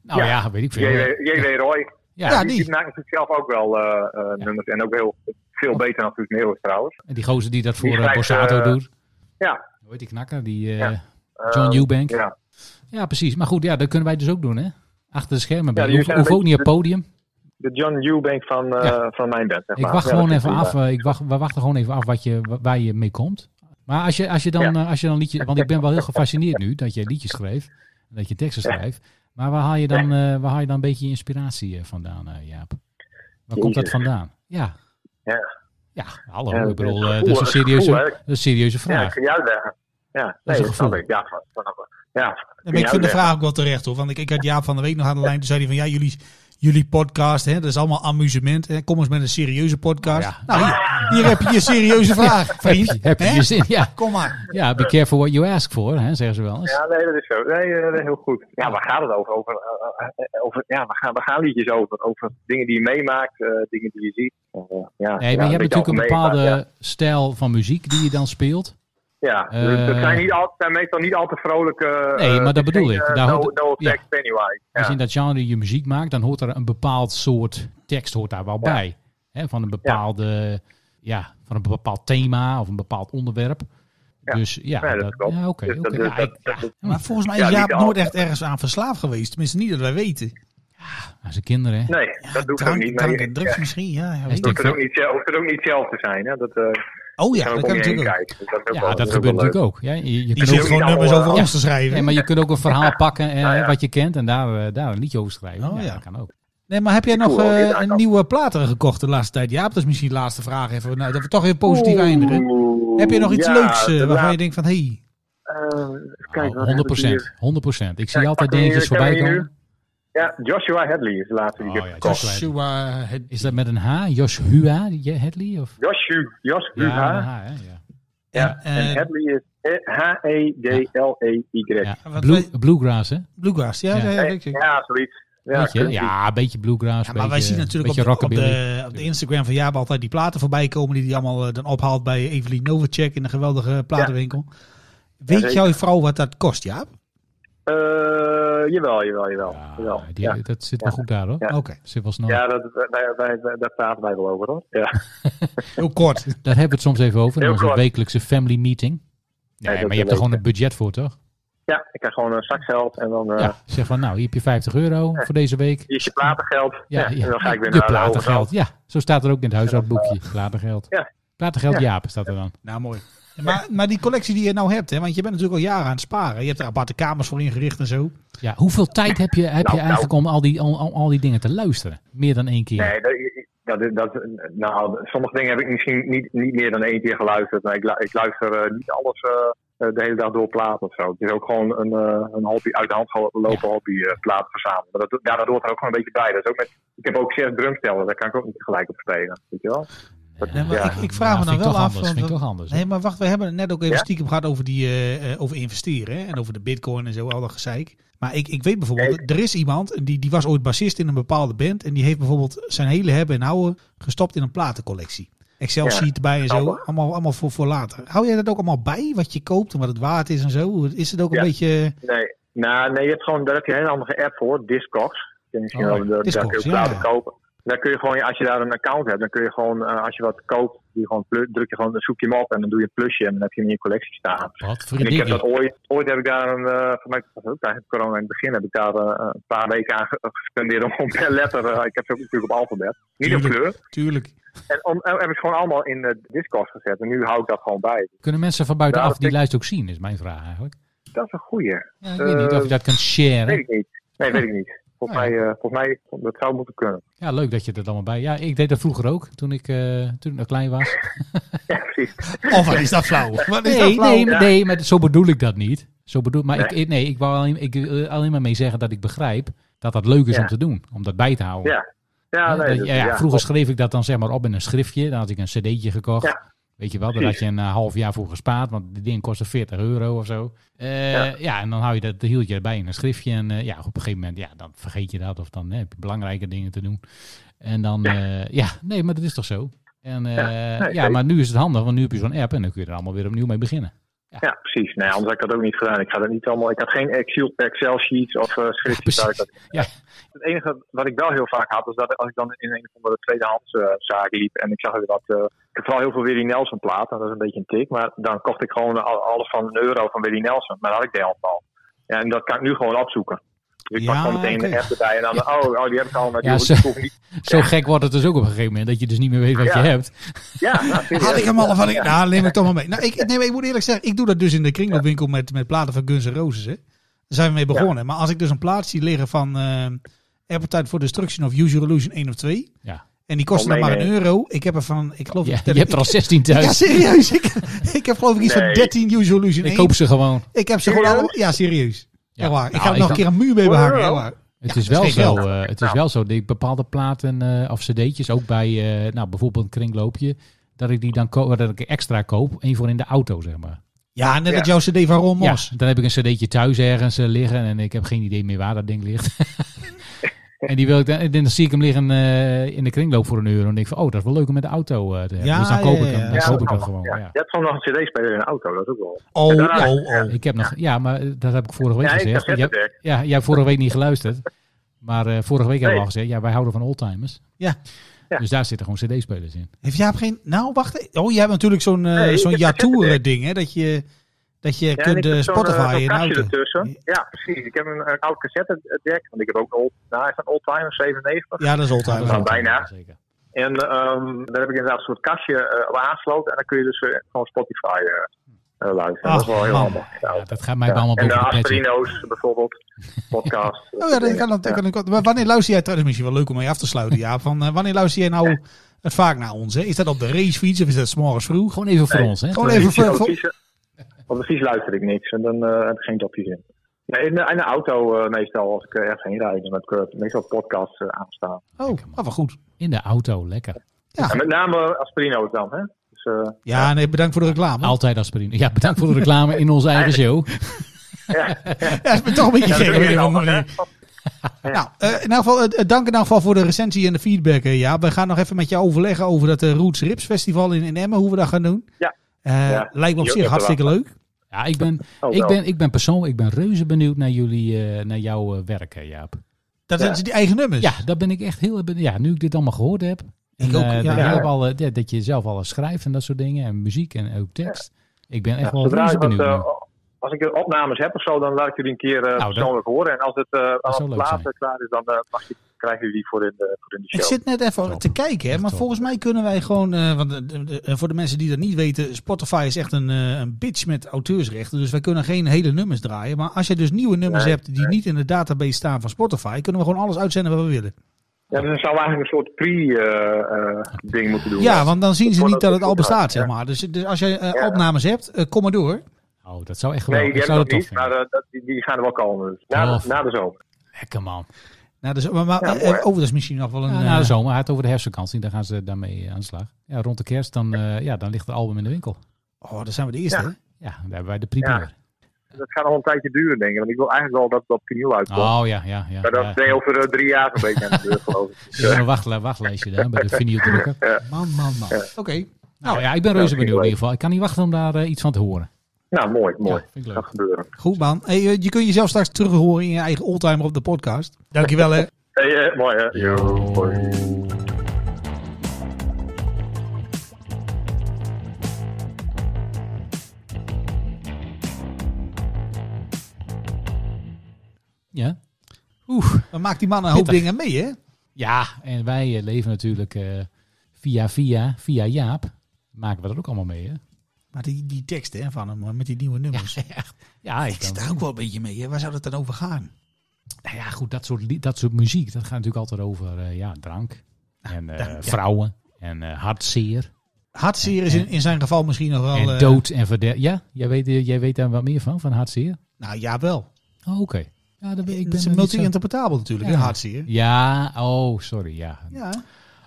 Nou ja,
Ja.
weet ik veel.
J.W. J.W. Roy,
Ja,
Ja,
die,
die.
die maakt natuurlijk zelf ook wel eh, eh, nummers. En ook heel, veel beter dan Guus Meeuwis trouwens.
en die gozer die dat voor
Die
eh,
schrijft,
Borsato
eh,
doet.
ja.
Hoe heet die knakker? Die, eh,
Ja.
John
Eh,
Eubank.
Ja.
Ja, precies. Maar goed, ja, dat kunnen wij dus ook doen, hè? Achter de schermen. ben je.
die
hoeft
zijn een
hoeft ook niet op
beetje-
podium.
de John Eubank van, eh,
Ja.
van mijn band. Zeg
Ik
maar.
wacht
Ja,
gewoon
dat is
even
prima.
af. eh, Ik wacht, we wachten gewoon even af wat je, wa- waar je mee komt. Maar als je, als je dan,
Ja.
eh, als je dan liedje, want ik ben wel
[LAUGHS]
heel gefascineerd nu dat je liedjes schreef, en dat je teksten schrijft. Maar waar haal je dan, eh, waar haal je dan een beetje je inspiratie eh, vandaan, eh, Jaap? Waar komt dat
Jezus.
vandaan? Ja.
Ja.
Ja, hallo.
Ja,
ik bedoel,
het
eh,
gevoel,
dat is een
het gevoel,
serieuze,
hè.
dat is een serieuze
Ja, dat
vraag.
kun je uitleggen. Ja,
een
nee, dat snap
gevoel.
ik. Ja, van- van- ja, kun
Maar
je
ik vind de
uitleggen.
vraag ook wel terecht hoor. Want ik, ik had Jaap van de Week nog aan de lijn. Toen zei hij van ja, jullie, jullie podcast, hè, dat is allemaal amusement. Hè. Kom eens met een serieuze podcast.
Ja.
Nou, hier, hier heb je je serieuze
[LAUGHS]
vraag, vriend.
Heb je
Hè?
je zin? Ja.
Kom maar.
ja, be careful what you ask for, hè, zeggen ze wel eens.
Ja, nee, dat is zo. Nee, eh, nee, heel goed. Ja, waar gaat het over? over, eh, eh, over ja, waar gaan, waar gaan liedjes over? Over dingen die je meemaakt, eh, dingen die je ziet. Eh, ja,
Nee, maar
ja,
je hebt
beetje
natuurlijk een
algemeen,
bepaalde
maar
stijl van muziek die je dan speelt.
Ja, ja.
eh,
dat zijn, niet al, zijn meestal niet al te vrolijke... eh,
Nee, maar dat bedoel
geen,
ik.
eh,
Daar
no,
hoort-
no
ja.
effect Pennywise.
Als je
Ja.
Dus in dat genre je muziek maakt, dan hoort er een bepaald soort tekst hoort daar wel bij. Hè, van een bepaalde, ja. van een bepaald thema of een bepaald onderwerp.
Ja.
Dus ja,
Ja, dat
dat-
klopt.
ja, oké.
Dus dat-
oké.
dus
Ja,
dat-
ik-
dat-
ja,
Maar volgens mij
Ja,
is
niet
Jaap
de al-
nooit echt ergens aan verslaafd geweest. Tenminste, niet dat wij weten.
aan zijn kinderen. hè.
Nee,
Ja,
dat doe ik ook
drank,
niet.
drank
Maar
en
je-
drugs misschien, ja. ja,
Hij
weet
is
ik.
hoeft er ook niet zelf- hoeft er ook niet zelf te zijn. Hè? Dat, eh,
Oh ja, dat
kan ook
kan
om je heen
natuurlijk ook.
kijken. Dus dat is ook
Ja,
wel-
dat
is
gebeurt
ook wel leuk.
natuurlijk ook. Ja, je, je
Die
kunt
zit
ook-
gewoon
niet
nummers
allemaal- eh,
over
Ja.
ons te schrijven.
nee, maar je kunt ook een verhaal pakken eh,
Ja, ja.
wat je kent en daar, eh, daar een liedje over schrijven.
Oh,
ja,
ja.
dat kan ook.
Nee, maar heb jij nog
Cool, hoor,
eh,
dit
een
eigenlijk
nieuwe platen gekocht de laatste tijd? Jaap, dat is misschien de laatste vraag even. Nou, dat we toch weer positief eindigen.
Oeh,
Heb je nog iets
ja,
leuks eh,
de
waarvan
laat-
je denkt van, hé, hey,
eh, even kijken, wat heb ik
Nou, 100%.
hier?
100%. Ik zie
Ja,
altijd
pak hem hier,
dingetjes
ik heb hem
voorbij
hier
komen.
Ja, Joshua Hadley is de laatste die ik
Oh,
heb
ja,
gekocht.
Joshua Hed-
Is dat met een H? Joshua Je- Hadley? Of?
Joshua, Joshua
Ja, met een H, hè, ja.
Ja.
en
Eh
Hadley is E- H-E-D-L-E-Y. Ja,
Ja,
wat
Blue-
wij-
bluegrass, hè?
Bluegrass, ja,
Ja.
ja. ja, weet ik.
zoiets.
Weet
Ja,
je, ja, een beetje bluegrass.
Ja,
beetje,
maar wij zien natuurlijk op
beetje
de, op,
rockabilly.
de, op de Instagram van Jaap altijd die platen voorbij komen die hij allemaal eh, dan ophaalt bij Evelien Novacek in een geweldige platenwinkel. Weet
zeker.
jouw vrouw wat dat kost, Jaap?
Eh, jawel, jawel, jawel.
Ja,
jawel.
die-
ja.
Dat zit wel goed daar, hoor. Dus
Ja.
Oké,
Zit wel snel.
Ja, dat, daar, daar, daar, daar praten wij wel over hoor. Ja.
heel kort.
Daar hebben we het soms even over. In
Heel
onze
kort.
wekelijkse family meeting.
Ja,
Nee,
dat
maar je hebt er
wel
gewoon een budget voor, toch?
ja, ik krijg gewoon een zakgeld en dan eh,
Ja. Zeg van, nou, hier heb je 50 euro voor deze week.
hier is je platengeld. Ja, En dan ga ik weer
je
naar de
platengeld.
overkant.
Ja, zo staat er ook in het huishoudboekje. Platengeld.
Ja.
Platengeld
Ja.
Jaap staat er dan.
Nou, mooi. Maar, maar die collectie die je nou hebt, hè, want je bent natuurlijk al jaren aan het sparen. Je hebt er aparte kamers voor ingericht en zo.
Ja, hoeveel tijd heb je, heb
Nou,
je eigenlijk om al die, al, al- al die dingen te luisteren? Meer dan één keer.
Nee, dat, dat, dat, nou, sommige dingen heb ik misschien niet, niet meer dan één keer geluisterd. Maar ik, lu- ik luister eh, niet alles eh, eh, de hele dag door platen of zo. Het is ook gewoon een, eh, een hobby, uit de hand gelopen hobby eh, platen verzamelen. Maar dat, ja, dat hoort er ook gewoon een beetje bij. Dat is ook met, ik heb ook zes drumstellen, daar kan ik ook niet gelijk op spelen. Weet je wel? Dat-
Nee, maar
ja.
ik, ik vraag me
vind
dan
ik
wel
toch
af.
Anders,
want
vind ik
we-
toch anders. hè?
Nee, maar wacht, we hebben het net ook even
Ja?
stiekem gehad over, die, eh, eh, over investeren hè, en over de bitcoin en zo, al dat gezeik. Maar ik, ik weet bijvoorbeeld, er is iemand die, die was ooit bassist in een bepaalde band en die heeft bijvoorbeeld zijn hele hebben en houden gestopt in een platencollectie. Excel
Ja.
sheet bij en zo,
Grappig.
allemaal, allemaal voor, voor later. Hou jij dat ook allemaal bij, wat je koopt en wat het waard is en zo? Is het ook een
Ja.
beetje... eh,
Nee, nou, nee je hebt gewoon, daar heb je een hele andere app voor, Discogs. Ken je misschien
Oh,
wel, daar, daar kun
Discogs,
je
ja.
platen kopen. Daar kun je gewoon, als je daar een account hebt, dan kun je gewoon, eh, als je wat koopt, die gewoon plu- druk je gewoon, dan zoek je hem op en dan doe je een plusje en dan heb je hem in je collectie staan.
Wat voor
En
een
ik heb dat
ding.
ooit, ooit heb ik daar een, eh voor mij was het ook tijdens corona in het begin, heb ik daar eh, een paar weken aan ge- eh, gespendeerd om gewoon per letter, eh, ik heb ze ook natuurlijk op alfabet, niet op
Tuurlijk.
kleur.
Tuurlijk.
En om, en heb ik gewoon allemaal in de Discogs gezet en nu hou ik dat gewoon bij.
Kunnen mensen van buitenaf
Ja, dat
die
ik-
lijst ook zien, is mijn vraag eigenlijk.
Dat is een goeie.
Ja, ik weet niet of je dat kunt
Weet
sharen.
ik niet. Eh, Nee, weet ik niet. Volgens,
Nou ja.
mij, eh, volgens mij, dat zou moeten kunnen.
Ja, leuk dat je dat allemaal bij... Ja, ik deed dat vroeger ook, toen ik, eh, toen ik nog klein was.
[LAUGHS] Ja,
[LAUGHS]
precies.
Of Oh, wat is dat flauw? Wat is dat
Nee,
flauw?
nee,
Ja.
nee, maar zo bedoel ik dat niet. Zo bedoel, maar Ik, nee, ik wou alleen, ik, wil alleen maar mee zeggen dat ik begrijp dat dat leuk is
Ja.
om te doen. Om dat bij te houden.
Ja, Ja,
Hè,
nee,
dat-
dat-
ja, ja,
ja.
vroeger schreef ik dat dan zeg maar op in een schriftje. Dan had ik een cd'tje gekocht.
Ja.
Weet je wel, daar had
Precies.
je een eh, half jaar voor gespaard. Want die ding kostte 40 euro of zo. Eh, ja.
Ja.
en dan hou je dat, hield je erbij in een schriftje. En eh, ja, op een gegeven moment, ja, dan vergeet je dat. Of dan hè, heb je belangrijke dingen te doen. En dan, ja, ja nee, maar dat is toch zo. En, eh, ja,
nee, zeker.
maar nu is het handig, want nu heb je zo'n app en dan kun je er allemaal weer opnieuw mee beginnen.
Ja, precies. Nee, anders had ik dat ook niet gedaan. Ik, ga dat niet allemaal, ik had geen Excel, Excel sheets of eh schriftjes.
Ja,
waar
precies.
ik
Ja.
dat- Het enige wat ik wel heel vaak had, was dat als ik dan in een van de tweedehands eh, zaken liep en ik zag weer wat. eh, ik heb vooral heel veel Willy Nelson platen, dat is een beetje een tik. Maar dan kocht ik gewoon al- alles van een euro van Willy Nelson. Maar dat had ik de helft al. Ja, en dat kan ik nu gewoon opzoeken. Dus ik
Ja,
pak gewoon meteen
oké.
de app erbij en dan, oh, oh, die heb ik al, maar die
Ja,
hoef
zo-
ik hoef ik niet.
Zo gek wordt het dus ook op een gegeven moment dat je dus niet meer weet wat
Ja.
je hebt.
Ja, nou, serieus.
Had ik hem al of had ik... Nou, neem ik toch maar mee. Nou, ik, nee, maar ik moet eerlijk zeggen, ik doe dat dus in de kringloopwinkel met, met platen van Guns N' Roses. Hè. Daar zijn we mee begonnen. Maar als ik dus een plaat zie liggen van eh Appetite for Destruction of Usual Illusion 1 of 2.
Ja.
En die kosten
Oh,
dan maar een
meenemen.
euro. Ik heb er van, ik geloof...
Ja,
ik-
je hebt er al 16 thuis.
[LAUGHS] Ja, serieus. Ik, ik heb geloof ik iets van
Nee.
13 Usual Illusion 1.
ik koop ze gewoon.
Ik heb ze gewoon
Serieus?
allemaal... Ja, serieus.
Ja.
Echt waar.
Nou,
ik ga er
ik
nog een
kan-
keer een muur mee
Voor een
behangen.
euro?
echt waar.
Het is
dat
wel
is geen
zo.
geld.
eh, het is
Nou.
wel zo. dat ik bepaalde platen eh, of cd'tjes, ook bij eh, nou, bijvoorbeeld een kringloopje, dat ik die dan koop, dat ik er extra koop. Eén voor in de auto, zeg maar.
Ja, net
Ja.
als jouw cd van Ron Mos.
Ja, dan heb ik een cd'tje thuis ergens eh, liggen en ik heb geen idee meer waar dat ding
[LAUGHS]
ligt. en die wil ik dan, en dan zie ik hem liggen eh, in de kringloop voor een euro. En denk ik van, oh, dat is wel leuk om met de auto eh, te hebben.
Ja,
dus dan koop
ja,
ik hem.
ja.
Dan
Ja,
koop ik
kan
hem
wel.
gewoon.
Ja.
Ja.
Je hebt gewoon nog een cd-speler in een auto, dat is ook wel...
Oh,
En
oh,
daarna-
oh.
Ik heb nog, ja, maar eh, dat heb ik vorige week
Ja, ik
gezegd.
cassette
Jij-
deck.
ja, jij hebt vorige week niet geluisterd. Maar eh, vorige week hebben we
Nee.
al gezegd, ja, wij houden van oldtimers.
Ja.
Ja.
Dus daar zitten gewoon cd-spelers in.
Heeft Jaap geen... Nou, wacht even. Oh, jij hebt natuurlijk zo'n eh
Nee, ik
zo'n
heb
Yatour
cassette-deck.
ding, hè? Dat je, dat je
en
kunt
ik heb
eh,
zo'n, eh,
Spotify
zo'n
in
kastje
auto.
ertussen. Ja, precies. Ik heb een, een oud cassette deck, want ik heb ook een old, nou, is een oldtimer 97.
Ja, dat is
Ja,
altijd.
dat is
Nou,
oldtimer,
bijna.
Zeker.
En ehm, daar heb ik inderdaad een soort kastje eh, op aansloten en dan kun je dus eh, gewoon Spotify eh, eh, luisteren.
Ach,
dat is wel heel
man.
handig. Ja.
Ja, dat gaat mij allemaal
En de
boven de petje.
Asperino's bijvoorbeeld, podcast.
[LAUGHS] Oh ja, dat kan, dat kan ik wel. Maar wanneer luister jij trouwens, misschien wel leuk om mee af te sluiten, ja. Van, eh, wanneer luister jij nou het vaak naar ons? Hè? Is dat op de racefiets of is dat s'morgens vroeg?
Gewoon even voor
Oh, Nee.
ons, hè.
Gewoon
Op de
even
fiets-
voor,
op de
voor-
fiets- Op de fiets luister ik niks en dan eh, heb ik geen dopjes in. Nee, in, de- in de auto eh, meestal als ik eh, ergens heen rijd. Dan heb ik eh, meestal podcasts eh, aanstaan.
Oh, maar wel goed.
In de auto, lekker.
Ah.
En met name Asperino dan, hè? Dus, eh,
Ja, nee, bedankt voor de reclame.
Altijd aspirine. Ja, bedankt voor de reclame in onze eigen show.
[LAUGHS] Ja, ik ben toch een beetje
[LAUGHS] Ja,
gek.
dat doe je
hoor,
dan,
jongen.
hè?
Nou, eh, in ieder geval, eh, eh, dank in ieder geval voor de recensie en de feedback. eh, Jaap. wij gaan nog even met jou overleggen over dat eh, Roots Rips Festival in, in Emmen, hoe we dat gaan doen.
Ja.
Eh,
Ja.
Lijkt me op
Jo,
zich
dat
hartstikke leuk.
Ja, ik ben,
ook
ik
Oh, wel.
ben, ik ben persoonlijk, ik ben reuze benieuwd naar jullie, eh, naar jouw eh, werk, hè, Jaap.
Dat
Ja.
zijn die eigen nummers.
Ja, daar ben ik echt heel benieuwd. Ja, nu ik dit allemaal gehoord heb. En,
Ik ook,
eh,
ja.
dat,
Ja.
jij ook al, eh, ja, dat je zelf al schrijft en dat soort dingen. En muziek en ook tekst. Ik ben echt wel
Zodra
reuze
ik wat,
benieuwd.
eh,
nu.
als ik er opnames heb of zo, dan laat ik jullie een keer eh,
dat-
persoonlijk horen. En als het, eh als
zou
het
leuk
later
zijn.
klaar is, dan eh, mag je, krijgen jullie die voor in de, voor in de show.
Ik zit net even
Top.
te kijken, hè,
Echt
maar
top.
volgens mij kunnen wij gewoon, eh, want eh, de- de- eh, voor de mensen die dat niet weten, Spotify is echt een, eh, een bitch met auteursrechten, dus wij kunnen geen hele nummers draaien. Maar als je dus nieuwe nummers
Nee,
hebt die niet in de database staan van Spotify, kunnen we gewoon alles uitzenden wat we willen.
Ja, dus dan zou eigenlijk een soort pre-ding moeten doen.
Ja, want dan zien ze
Voordat
niet dat
het
het al
goed gaat,
bestaat, zeg
ja.
maar. Dus, dus als je eh,
Ja.
opnames hebt, eh, kom maar door.
Oh, dat zou echt wel.
eh, Nee, die
ik
hebben
zou dat tof
dat niet, eh,
vinden.
maar eh, dat, die, die gaan er wel komen. Dus na,
Tof.
de, na de zomer.
Lekker man.
Nou, dus, maar, maar,
Ja,
eh,
mooi.
oh, dat is misschien nog wel een...
Ja, nou, na de
eh,
zomer, hij had het over de herfstvakantie. Dan gaan ze daarmee eh, aan de slag. Ja, rond de kerst, dan, eh, ja, dan ligt het album in de winkel.
oh, dan zijn we de eerste,
Ja.
hè?
Ja, daar hebben wij de primeur.
Dat gaat nog een tijdje duren, denk ik. Want ik wil eigenlijk wel dat dat opnieuw uitkomt.
Oh ja, ja, ja.
maar dat
ja.
ben je over eh, drie jaar een beetje aan de deur, geloof ik. Dus,
Je hebt
eh,
een wachtla- wachtlijstje daar bij de videodrukker.
Man, man, man. Oké.
Nou ja, ik ben reuze
Ja,
benieuwd in
leuk.
ieder geval. Ik kan niet wachten om daar eh, iets van te horen.
nou, mooi,
Ja,
mooi.
vind ik
dat
leuk.
gebeuren.
Goed, man. Hey, eh, je kunt jezelf straks terug horen in je eigen oldtimer op de podcast. Dankjewel, hè.
Hey, eh, mooi, hè? Yo, hoi.
Ja?
Dan maakt die man een hoop
Pittig.
dingen mee, hè?
Ja, en wij eh, leven natuurlijk eh, via via, via Jaap. Maken we dat ook allemaal mee, hè?
Maar die, die teksten hè, van hem, met die nieuwe [LAUGHS] nummers.
Ja, ik
Ik zit
dan-
daar ook wel een beetje mee, hè? Waar zou dat dan over gaan?
nou ja goed, dat soort, li- dat soort muziek, dat gaat natuurlijk altijd over eh, ja, drank en eh,
ja.
vrouwen en eh, hartzeer
Hartzeer is in, in zijn geval misschien nog wel...
en
eh,
dood en verder. Ja, jij weet, eh, jij weet daar wat meer van, van hartzeer?
Nou, ja, wel.
Oh, oké. Ja, dat, ben- ik
Ik
ben
ben is
er niet zo-
multi-interpretabel natuurlijk,
Ja.
hè, hartzeer.
Ja, oh, sorry,
[LAUGHS]
ja.
Ja.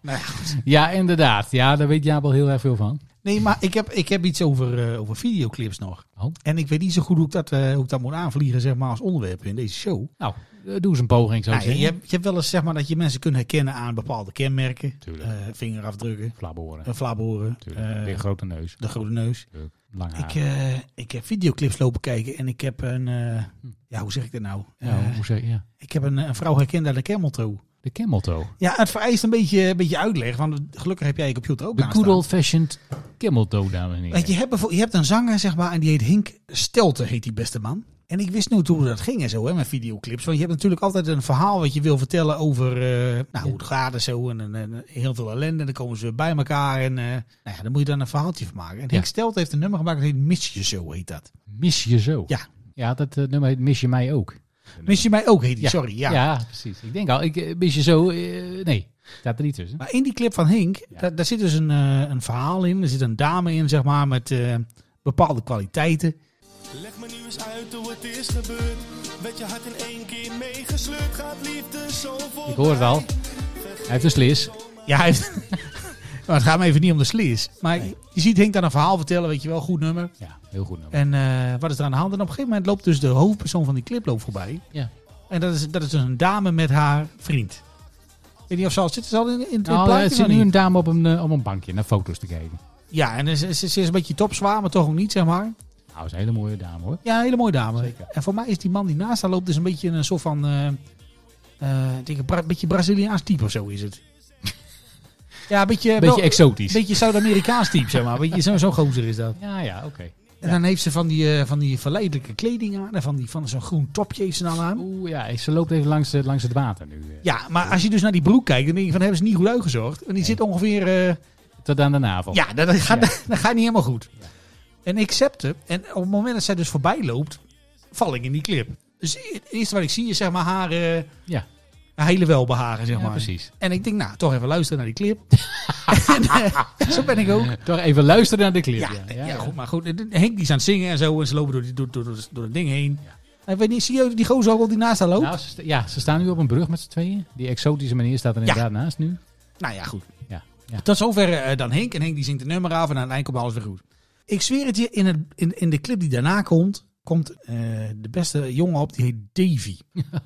Nou ja, goed.
Ja, inderdaad. Ja, daar weet Jaap al heel erg veel van.
Nee, maar ik heb, ik heb iets over, eh, over videoclips nog.
Oh.
En ik weet niet zo goed hoe ik dat, eh, hoe ik dat moet aanvliegen zeg maar, als onderwerp in deze show.
Nou, eh, doe eens een poging, zou ik
Nou, je,
zeggen.
hebt, je hebt wel eens zeg maar, dat je mensen kunt herkennen aan bepaalde kenmerken.
Tuurlijk.
Eh, vingerafdrukken,
Flabboren,
eh, flaboren, eh,
natuurlijk. Een grote neus,
de grote neus.
lang haar.
Ik, eh, ik heb videoclips lopen kijken en ik heb een... eh, ja, hoe zeg ik dat nou?
ja,
Eh,
hoe zeg je? Ja.
ik heb een, een vrouw herkend aan de Cameltoe.
De cameltoe.
Ja, het vereist een beetje, een beetje uitleg, want gelukkig heb jij je computer ook
De
naast
good
staan.
old-fashioned cameltoe, dames en heren.
Want je hebt, bijvoorbeeld- je hebt een zanger, zeg maar, en die heet Hink Stelte, heet die beste man. En ik wist nooit hoe dat ging en zo, hè, met videoclips. Want je hebt natuurlijk altijd een verhaal wat je wil vertellen over eh, nou, hoe het gaat en zo. En, en- en heel veel ellende, en dan komen ze weer bij elkaar. En eh nou ja, dan moet je dan een verhaaltje van maken. En Hink Stelte heeft een nummer gemaakt, dat heet Mis je zo, heet dat.
Mis je zo.
Ja.
Ja, dat eh, nummer heet Mis je mij ook.
Mis je mij ook, heet die, sorry. Ja.
precies. Ik denk al, ik, eh, mis je zo... eh, nee, staat er niet tussen.
Maar in die clip van Hink, daar, daar zit dus een, eh, een verhaal in. Er zit een dame in, zeg maar, met eh, bepaalde kwaliteiten.
Leg me nu eens uit hoe het is gebeurd. Werd je hart in één keer meegesleurd. Gaat liefde zo voor.
Ik hoor het al. Hij heeft een slis.
Ja, hij heeft- [LAUGHS] maar het gaat me even niet om de slees. Maar je ziet Henk dan een verhaal vertellen, weet je wel, goed nummer.
Ja, heel goed nummer.
En eh, wat is er aan de hand? En op een gegeven moment loopt dus de hoofdpersoon van die clip loopt voorbij.
Ja.
En dat is, dat is dus een dame met haar vriend. Ik weet niet of ze al zitten ze al in, in het
Nou,
plaatje
het zit
of
nu
niet?
een dame op een, eh, op een bankje naar foto's te kijken.
Ja, en ze, ze, ze is een beetje topzwaar, maar toch ook niet, zeg maar.
Nou, is een hele mooie dame hoor.
Ja, een hele mooie dame.
Zeker.
En voor mij is die man die naast haar loopt dus een beetje een soort van... eh, eh, ik denk een Bra- beetje Braziliaans type of zo is het. [LAUGHS] ja, een beetje...
Beetje
wel-
exotisch.
Een beetje Zuid-Amerikaans type, zeg maar. Weet je, zo- Zo'n gozer is dat.
Ja, ja, oké.
En dan heeft ze van die, eh, van die verleidelijke kleding aan. En van, die- van zo'n groen topje heeft ze dan aan.
Oeh, ja, ze loopt even langs, eh, langs het water nu. eh,
Ja, maar als je dus naar die broek kijkt, dan denk je van hebben ze niet goed uitgezorgd. En die zit ongeveer... eh,
Tot aan de navel.
ja, dat, dat gaat,
Oh. Ja.
[LAUGHS] dat gaat niet helemaal goed. En ik septe. En op het moment dat zij dus voorbij loopt, val ik in die clip. Dus het eerste wat ik zie is zeg maar haar, eh,
Ja.
haar hele welbehagen, zeg
Ja,
maar.
precies.
En ik denk, nou, toch even luisteren naar die
[LAUGHS]
clip. [LAUGHS] en, eh, zo ben ik ook.
Toch even luisteren naar de clip.
eh, Ja, ja, goed, maar goed. Henk die is aan het zingen en zo. En ze lopen door, die, door, door, door, door het ding heen. Ik weet niet, zie je die gozer ook al die naast haar loopt?
Nou, ze sta- ja, ze staan nu op een brug met z'n tweeën. Die exotische meneer staat er
Ja.
inderdaad naast nu.
Nou ja, goed.
Ja, ja.
Tot zover eh, dan Henk. En Henk die zingt het nummer af en aan het eind komt alles weer goed. Ik zweer het je, in, het, in, in de clip die daarna komt, komt eh, de beste jongen op, die heet [LAUGHS] Davy.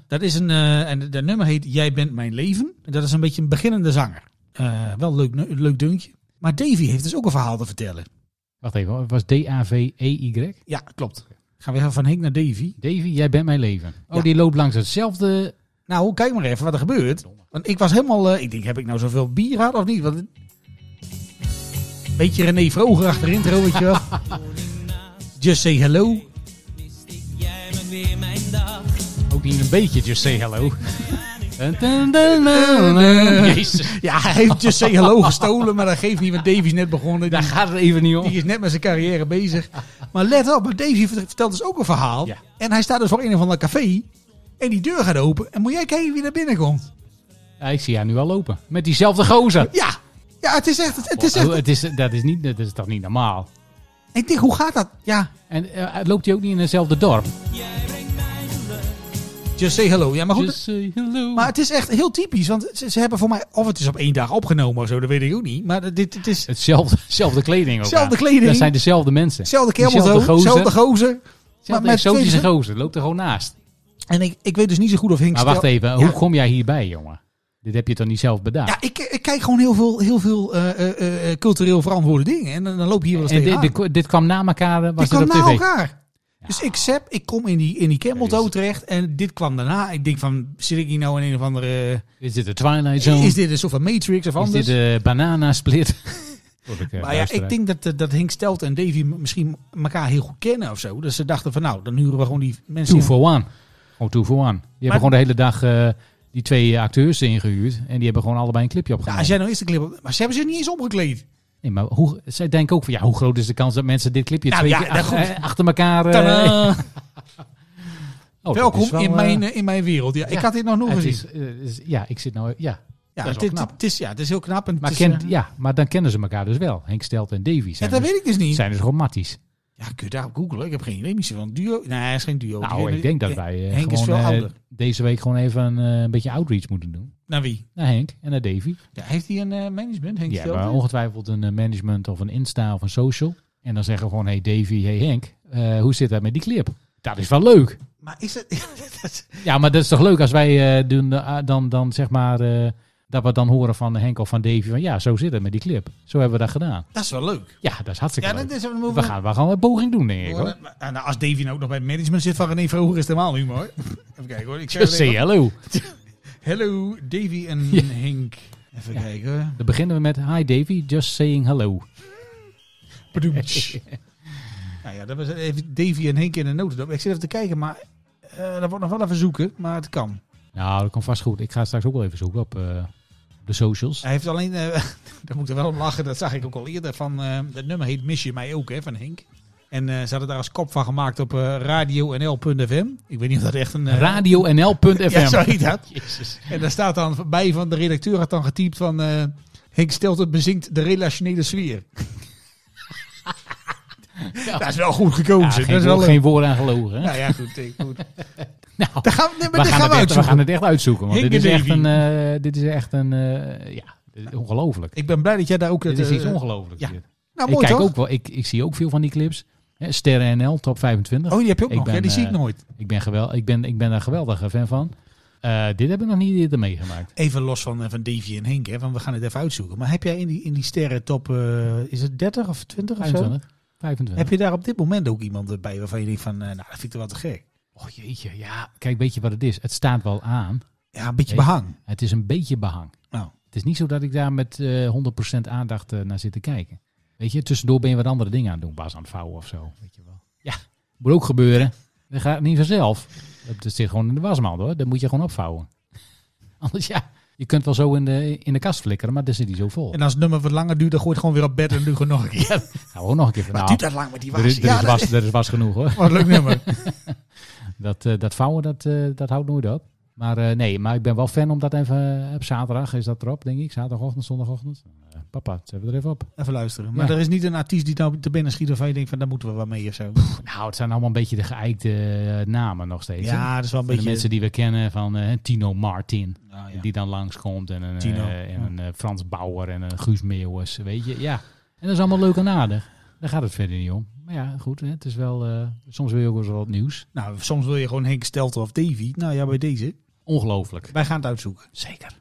dat is een, eh, en dat nummer heet Jij bent mijn leven. En dat is een beetje een beginnende zanger. Eh, wel een leuk, nu- leuk deuntje. Maar Davy heeft dus ook een verhaal te vertellen.
Wacht even, hoor. het was E D-A-V-E-Y.
Ja, klopt. Gaan we even van Henk naar Davy.
Davy, jij bent mijn leven. Oh,
Ja.
die loopt langs hetzelfde.
Nou, kijk maar even wat er gebeurt. Want ik was helemaal... eh, ik denk, heb ik nou zoveel bier gehad of niet? Want... het- Beetje René Vroger achter de intro, weet
[LAUGHS]
je wel. Just say hello.
Ook niet een beetje, just say
[LAUGHS]
hello. Jezus.
Ja, hij heeft Just say hello gestolen, maar dat geeft niet, want Davy is net begonnen.
Daar
Die,
gaat het even niet om.
die is net met zijn carrière bezig. Maar let op, maar Davy vert- vertelt dus ook een verhaal.
Ja.
En hij staat dus voor een of ander café. En die deur gaat open. En moet jij kijken wie daar binnenkomt.
Ja, ik zie haar nu al lopen. Met diezelfde gozer.
Ja, ja het is echt... Het, het is echt
Oh, het is, dat, is niet, dat is toch niet normaal?
ik denk, hoe gaat dat? Ja,
En eh, loopt hij ook niet in hetzelfde dorp?
Just say hello. Ja, maar goed,
Just say hello.
Maar het is echt heel typisch, want ze, ze hebben voor mij, of het is op één dag opgenomen of zo, dat weet ik ook niet. Maar dit, dit is
Hetzelfde, hetzelfde kleding ook.
Zelfde
aan.
kleding.
Dat zijn dezelfde mensen.
hetzelfde keer
Dezelfde
zo,
gozer.
dezelfde gozer.
Hetzelfde
maar met
exotische
deze-
gozer. Loopt er gewoon naast.
En ik, ik weet dus niet zo goed of Henk
Maar wacht
stel-
even,
Ja.
hoe kom jij hierbij, jongen? Dit heb je toch niet zelf bedacht?
Ja, ik, ik kijk gewoon heel veel, heel veel eh, eh, eh, cultureel verantwoorde dingen en dan, dan loop je hier wel eens
en dit,
tegenaan.
dit, dit kwam na elkaar, eh, was
Dit
dit
kwam
op
na
tv?
elkaar. Dus ik sep, ik kom in die, in die Campbelltoe
is-
terecht en dit kwam daarna. Ik denk van, zit ik hier nou in een of andere...
Is dit de Twilight Zone?
Is dit een soort van Matrix
Is
of anders?
dit de banana [LAUGHS] split? Word ik, eh,
Maar ja,
luisteraar.
ik denk dat, eh, dat Henk Stelt en Davy m- misschien elkaar heel goed kennen of zo. Dus ze dachten van nou, dan huren we gewoon die mensen.
Two
in.
for one. Gewoon two for one. Die hebben gewoon de hele dag eh, die twee eh, acteurs ingehuurd. En die hebben gewoon allebei een clipje
Ja,
opgenomen.
als jij nou eerst de clip op- Maar ze hebben zich niet eens omgekleed.
Nee, maar hoe, zij denken ook van, ja, hoe groot is de kans dat mensen dit clipje
Nou
twee
ja,
keer
dat
ach-
goed.
eh, achter elkaar... eh,
Tadaa.
oh, dat
Welkom
is wel,
in,
eh,
mijn, eh, in mijn wereld. Ja,
ja,
ik had dit nog nooit
het is,
gezien.
eh, is- ja, ik zit nou... Ja,
ja,
dat is wel
dit,
knap.
Het is, ja, het is heel knap. En het
maar,
is,
ken,
eh,
ja, maar dan kennen ze elkaar dus wel. Henk Stelt en Davy
ja,
zijn,
dat
dus,
weet ik dus niet.
zijn dus gewoon matties.
Ja, kun je daarop googlen. Ik heb geen idee. Misschien wel een duo. Nee, hij is geen duo. Die-
Nou, ik denk dat wij eh,
Henk is
gewoon, eh,
veel ouder.
deze week gewoon even een, eh, een beetje outreach moeten doen.
Naar wie?
Naar Henk en naar Davy.
Ja, heeft hij een eh, management, Henk
Die
Stelt?
hebben ongetwijfeld een eh, management of een Insta of een social. En dan zeggen we gewoon, hey Davy, hey Henk, eh, hoe zit dat met die clip? Dat is wel leuk.
Maar is het... dat- [LAUGHS]
Ja, maar dat is toch leuk als wij eh, doen, eh, dan, dan zeg maar, eh, dat we dan horen van Henk of van Davy van ja, zo zit het met die clip. Zo hebben we dat gedaan.
dat is wel leuk.
Ja, dat is hartstikke
Ja,
leuk.
dat is een
We gaan, we gaan een poging doen, denk ik hoor.
Maar, nou, als Davy nou ook nog bij het management zit van René Vroeger is het helemaal humor. hoor. [LAUGHS] Even kijken hoor. Ik zeg
Just
het
say
even.
hello.
Hello Davy en Henk. Even kijken hoor.
Dan beginnen we met hi Davy, just saying hello. [LAUGHS]
Padoemtsch. nou ja, dat was even Davy en Henk in de notendop. Ik zit even te kijken, maar eh dat wordt nog wel even zoeken. Maar het kan.
Nou, dat komt vast goed. Ik ga straks ook wel even zoeken op eh, de socials.
Hij heeft alleen, eh [LAUGHS] daar moet ik er wel om lachen, dat zag ik ook al eerder. Van, eh, dat nummer heet Mis je mij ook hè, van Henk. En eh, ze hadden daar als kop van gemaakt op eh radionl.fm. Ik weet niet of dat echt een... eh,
RadioNL.fm.
Ja, zo heet dat.
Jezus.
En daar staat dan bij van de redacteur had dan getypt van eh Henk stelt het bezinkt de relationele sfeer. Dat is wel goed
Ja,
gekozen.
geen,
dat is
woord-
wel
geen woorden aan gelogen. Hè?
Nou ja, goed. eh, goed.
[LAUGHS] Nou,
Daar gaan, we- nee, maar
we,
dit
gaan het echt,
gaan we
we
uitzoeken.
gaan het echt uitzoeken. Want
Henk
dit is
en
echt,
Davy.
een, eh, dit is echt een... eh, ja, dit is ongelooflijk.
Ik ben blij dat jij daar ook...
Dit is
eh,
iets ongelooflijks.
ja.
dit.
Nou,
ik,
mooi
kijk
toch?
ook wel, ik, ik zie ook veel van die clips. Hè, Sterren NL, top 25.
Oh, die heb je ook
Ik
nog. ja,
ben,
die zie ik
eh,
nooit.
Ik, ben gewel, ik, ben, ik ben daar geweldige fan van. Eh, dit heb ik nog niet eerder meegemaakt.
Even los van, eh, van Davy en Henk, hè, want we gaan het even uitzoeken. Maar heb jij in die, in die sterren top, eh, is het 30 of 20 of Oh, zo?
25. 25.
Heb je daar op dit moment ook iemand bij waarvan je denkt van, eh, nou, dat vind ik toch wel te gek.
Oh jeetje, ja. Kijk, weet je wat het is? Het staat wel aan.
Ja, een beetje
Nee.
behang.
Het is een beetje behang.
Nou,
Het is niet zo dat ik daar met eh 100% aandacht eh, naar zit te kijken. Weet je, tussendoor ben je wat andere dingen aan het doen. Bas aan het vouwen of zo. Weet je wel. Ja, moet ook gebeuren. Dat gaat niet vanzelf. Dat dat zit gewoon in de wasmand hoor. Dat moet je gewoon opvouwen. [LAUGHS] Anders ja, je kunt wel zo in de, in de kast flikkeren, maar daar zit hij zo vol.
en als het nummer wat langer duurt, dan gooi je het gewoon weer op bed en doe gewoon nog een keer. [LAUGHS]
Gaan we ook nog een keer van.
Maar
nou,
duurt dat lang met die was?
er is, er,
ja,
is
dat-
was, er is was genoeg hoor.
Wat een leuk nummer.
Dat, eh, dat vouwen, dat, eh, dat houdt nooit op. Maar eh, nee, maar ik ben wel fan om dat even... eh, op zaterdag is dat erop, denk ik. Zaterdagochtend, zondagochtend. Eh, papa, zetten we er even op.
Even luisteren. Maar
Ja.
er is niet een artiest die nou te binnen schiet waarvan je denkt van daar moeten we wat mee of zo.
Nou, het zijn allemaal een beetje de geëikte eh, namen nog steeds. hè?
Ja, dat is wel een
Van de
beetje...
mensen die we kennen van eh, Tino Martin.
Ah, ja.
Die dan langskomt. En een, eh,
Tino.
en een eh, Frans Bauer en een Guus Meeuwers. Weet je, ja. En dat is allemaal leuk en aardig. Daar gaat het verder niet om. Maar ja, goed. Hè, het is wel, eh, soms wil je ook wel eens wat nieuws.
Nou, soms wil je gewoon Henk Stelter of Davy. Nou ja, bij deze.
Ongelooflijk.
Wij gaan het uitzoeken.
Zeker.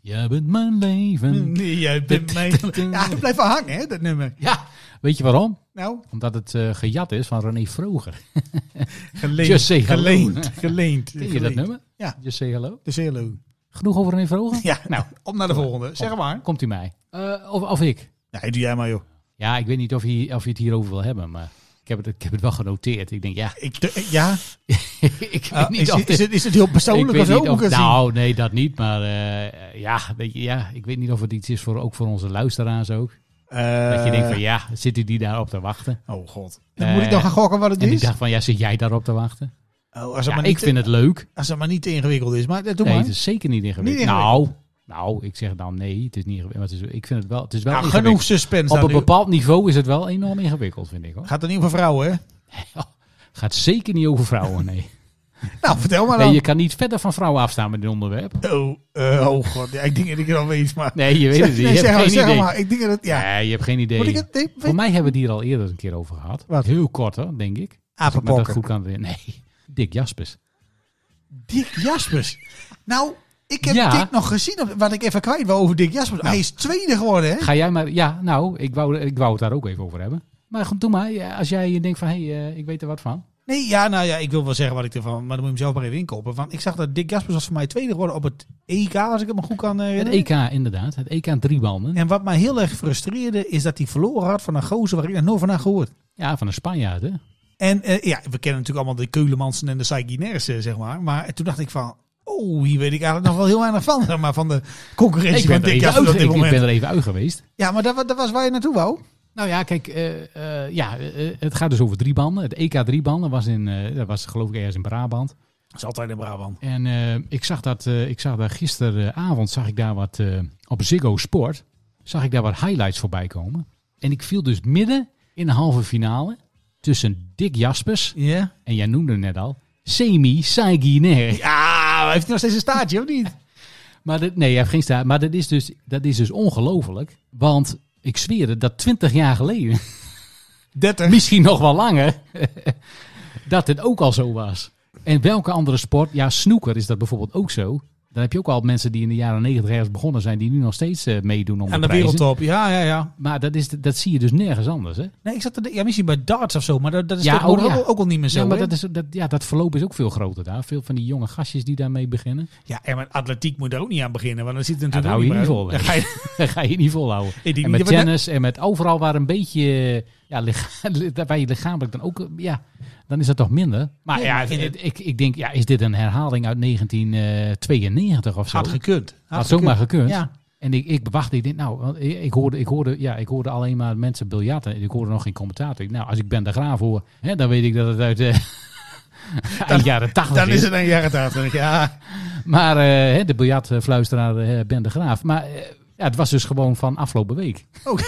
Jij bent mijn leven.
[LAUGHS] Nee, jij bent mij... Ja, hij blijft wel hangen, hè, dat nummer.
Ja, weet je waarom?
Nou,
Omdat het eh, gejat is van René Vroger.
geleend.
Just say hello.
geleend. Geleend.
Ken je dat nummer?
Ja.
Just say hello.
De CLO.
Genoeg over René Vroger?
Ja,
Nou,
nou, op naar de volgende. Zeg maar.
komt u mij. Eh, of, of ik.
Nee, doe jij maar, joh.
Ja, ik weet niet of je, of je het hierover wil hebben, maar ik heb het, ik heb het wel genoteerd. Ik denk, ja, [LAUGHS]
Ik, de- ja,
ik weet
Ah,
niet
is,
of
het,
dit...
is, het, is het heel
ik
persoonlijk of
weet
zo?
niet of,
Moet ik het zien?
nou, nee, dat niet. Maar eh, ja, weet je, ja, ik weet niet of het iets is voor, ook voor onze luisteraars ook.
Eh,
Dat je denkt van, ja, zitten die daarop te wachten?
Oh god. Dan
Eh,
moet ik dan gaan gokken wat het
En ik
is?
dacht van, ja, zit jij daarop te wachten?
oh, als het
Ja,
maar niet,
ik vind het leuk.
als het maar niet te ingewikkeld is. Maar eh, doe
Nee,
maar.
het is zeker niet ingewikkeld.
Niet ingewikkeld.
Nou, nou, ik zeg dan nee, het is niet ingewikkeld. Maar het is, ik vind het wel, het is wel
Nou,
ingewikkeld.
genoeg suspense.
Op
dan
een
nu.
bepaald niveau is het wel enorm ingewikkeld, vind ik. Hoor. [LAUGHS]
Gaat er niet over vrouwen, hè?
Gaat zeker niet over vrouwen, nee.
Nou, vertel maar
nee
dan.
je kan niet verder van vrouwen afstaan met dit onderwerp.
Oh, eh, oh god. Ja, ik denk dat ik er al weet, maar...
Nee, je weet het niet.
[LAUGHS] Nee,
Je
zeg
hebt
maar,
geen
zeg
idee.
maar. Ik denk dat het... Ja.
Nee, je hebt geen idee.
Moet ik het... Nee,
Voor
weet-
mij hebben we het hier al eerder een keer over gehad.
Wat?
Heel kort, hoor, denk ik. Als ik me dat
Apenpokken.
goed kan herinneren. Nee, [LAUGHS] Dick Jaspers.
Dick Jaspers. Nou, ik heb
Ja.
Dick nog gezien, op- wat ik even kwijt wou over Dick Jaspers. Hij is tweede geworden, hè?
Ga jij maar... Ja, nou, ik wou, ik wou het daar ook even over hebben. Maar goed, doe maar. Ja, Als jij denkt van, hé, hey, eh, ik weet er wat van.
Nee, ja, nou ja, ik wil wel zeggen wat ik ervan... Maar dan moet je hem zelf maar even inkopen. Want ik zag dat Dick Jaspers was voor mij tweede geworden op het EK, als ik het me goed kan eh,
Het
herinneren.
EK inderdaad. Het EK drie banden.
En wat mij heel erg frustreerde, is dat hij verloren had van een gozer waar ik nog nooit van had gehoord.
Ja, van een Spanjaard, hè?
En eh, ja, we kennen natuurlijk allemaal de Keulemansen en de Saiginers, zeg maar. Maar toen dacht ik van, oh, hier weet ik eigenlijk nog wel heel weinig van. [LAUGHS] zeg Maar van de concurrentie
Ik
van
ben, er
Dick
even
Jaspers
uit,
op dit
ik, ik
moment.
ben er even uit geweest.
Ja, maar dat, wa- dat was waar je naartoe wou.
Nou ja, kijk, eh, eh, ja, eh, het gaat dus over drie banden. Het EK drie banden was, in, eh, dat was geloof ik ergens in Brabant.
Dat is altijd in Brabant.
En eh, ik zag dat, eh, ik zag daar gisteravond, zag ik daar wat, eh, op Ziggo Sport, zag ik daar wat highlights voorbij komen. En ik viel dus midden in de halve finale tussen Dick Jaspers,
Ja?
en jij noemde hem net al, Semi Saiginer.
Ja, maar Nou, heeft hij nog steeds een staartje, of niet?
Maar dat, nee, hij heeft geen staart. Maar dat is dus, dat is dus ongelooflijk. Want ik zweer het, dat 20 jaar geleden,
30.
misschien nog wel langer, [LAUGHS] dat het ook al zo was. En welke andere sport, ja, snoeker is dat bijvoorbeeld ook zo. Dan heb je ook al mensen die in de jaren 90 ergens begonnen zijn, die nu nog steeds eh, meedoen om de
Aan de
prijzen.
wereldtop, ja, ja, ja.
Maar dat, is, dat zie je dus nergens anders, hè?
Nee, ik zat te denken, ja, misschien bij darts of zo, maar dat, dat is
Ja,
toch ook,
oh, ja.
ook, al niet meer zo.
ja,
Ja,
maar dat, is, dat, ja, dat verloop is ook veel groter daar. Veel van die jonge gastjes die daarmee beginnen.
ja en met atletiek moet je daar ook niet aan beginnen, want dan zit het
Ja, dat
natuurlijk
hou je niet
ook
vol.
[LAUGHS] niet meer uit. Dan ga je-
[LAUGHS] Dat ga je niet volhouden.
Ik denk
en
niet
met
dat we daar-
tennis en met overal waar een beetje... Ja, [LAUGHS] licha- waar je lichamelijk dan ook... eh, Ja, dan is dat toch minder. Maar
Nee,
ja,
maar ik vind
het- ik, ik denk, ja, is dit een herhaling uit 1992 of zo?
Had gekund.
Had zomaar gekund.
Ja.
En ik, ik bewacht, ik denk, nou, want ik ik hoorde, ik, hoorde, ja, ik hoorde alleen maar mensen biljarten. Ik hoorde nog geen commentaar. Ik denk, nou, als ik Ben de Graaf hoor, hè, dan weet ik dat het uit eh [LAUGHS] eind jaren tachtig
Dan
is.
is het een jaren 80, ja.
Maar eh, hè, de biljartfluisteraar eh, Ben de Graaf. Maar eh, ja, het was dus gewoon van afgelopen week.
Oké.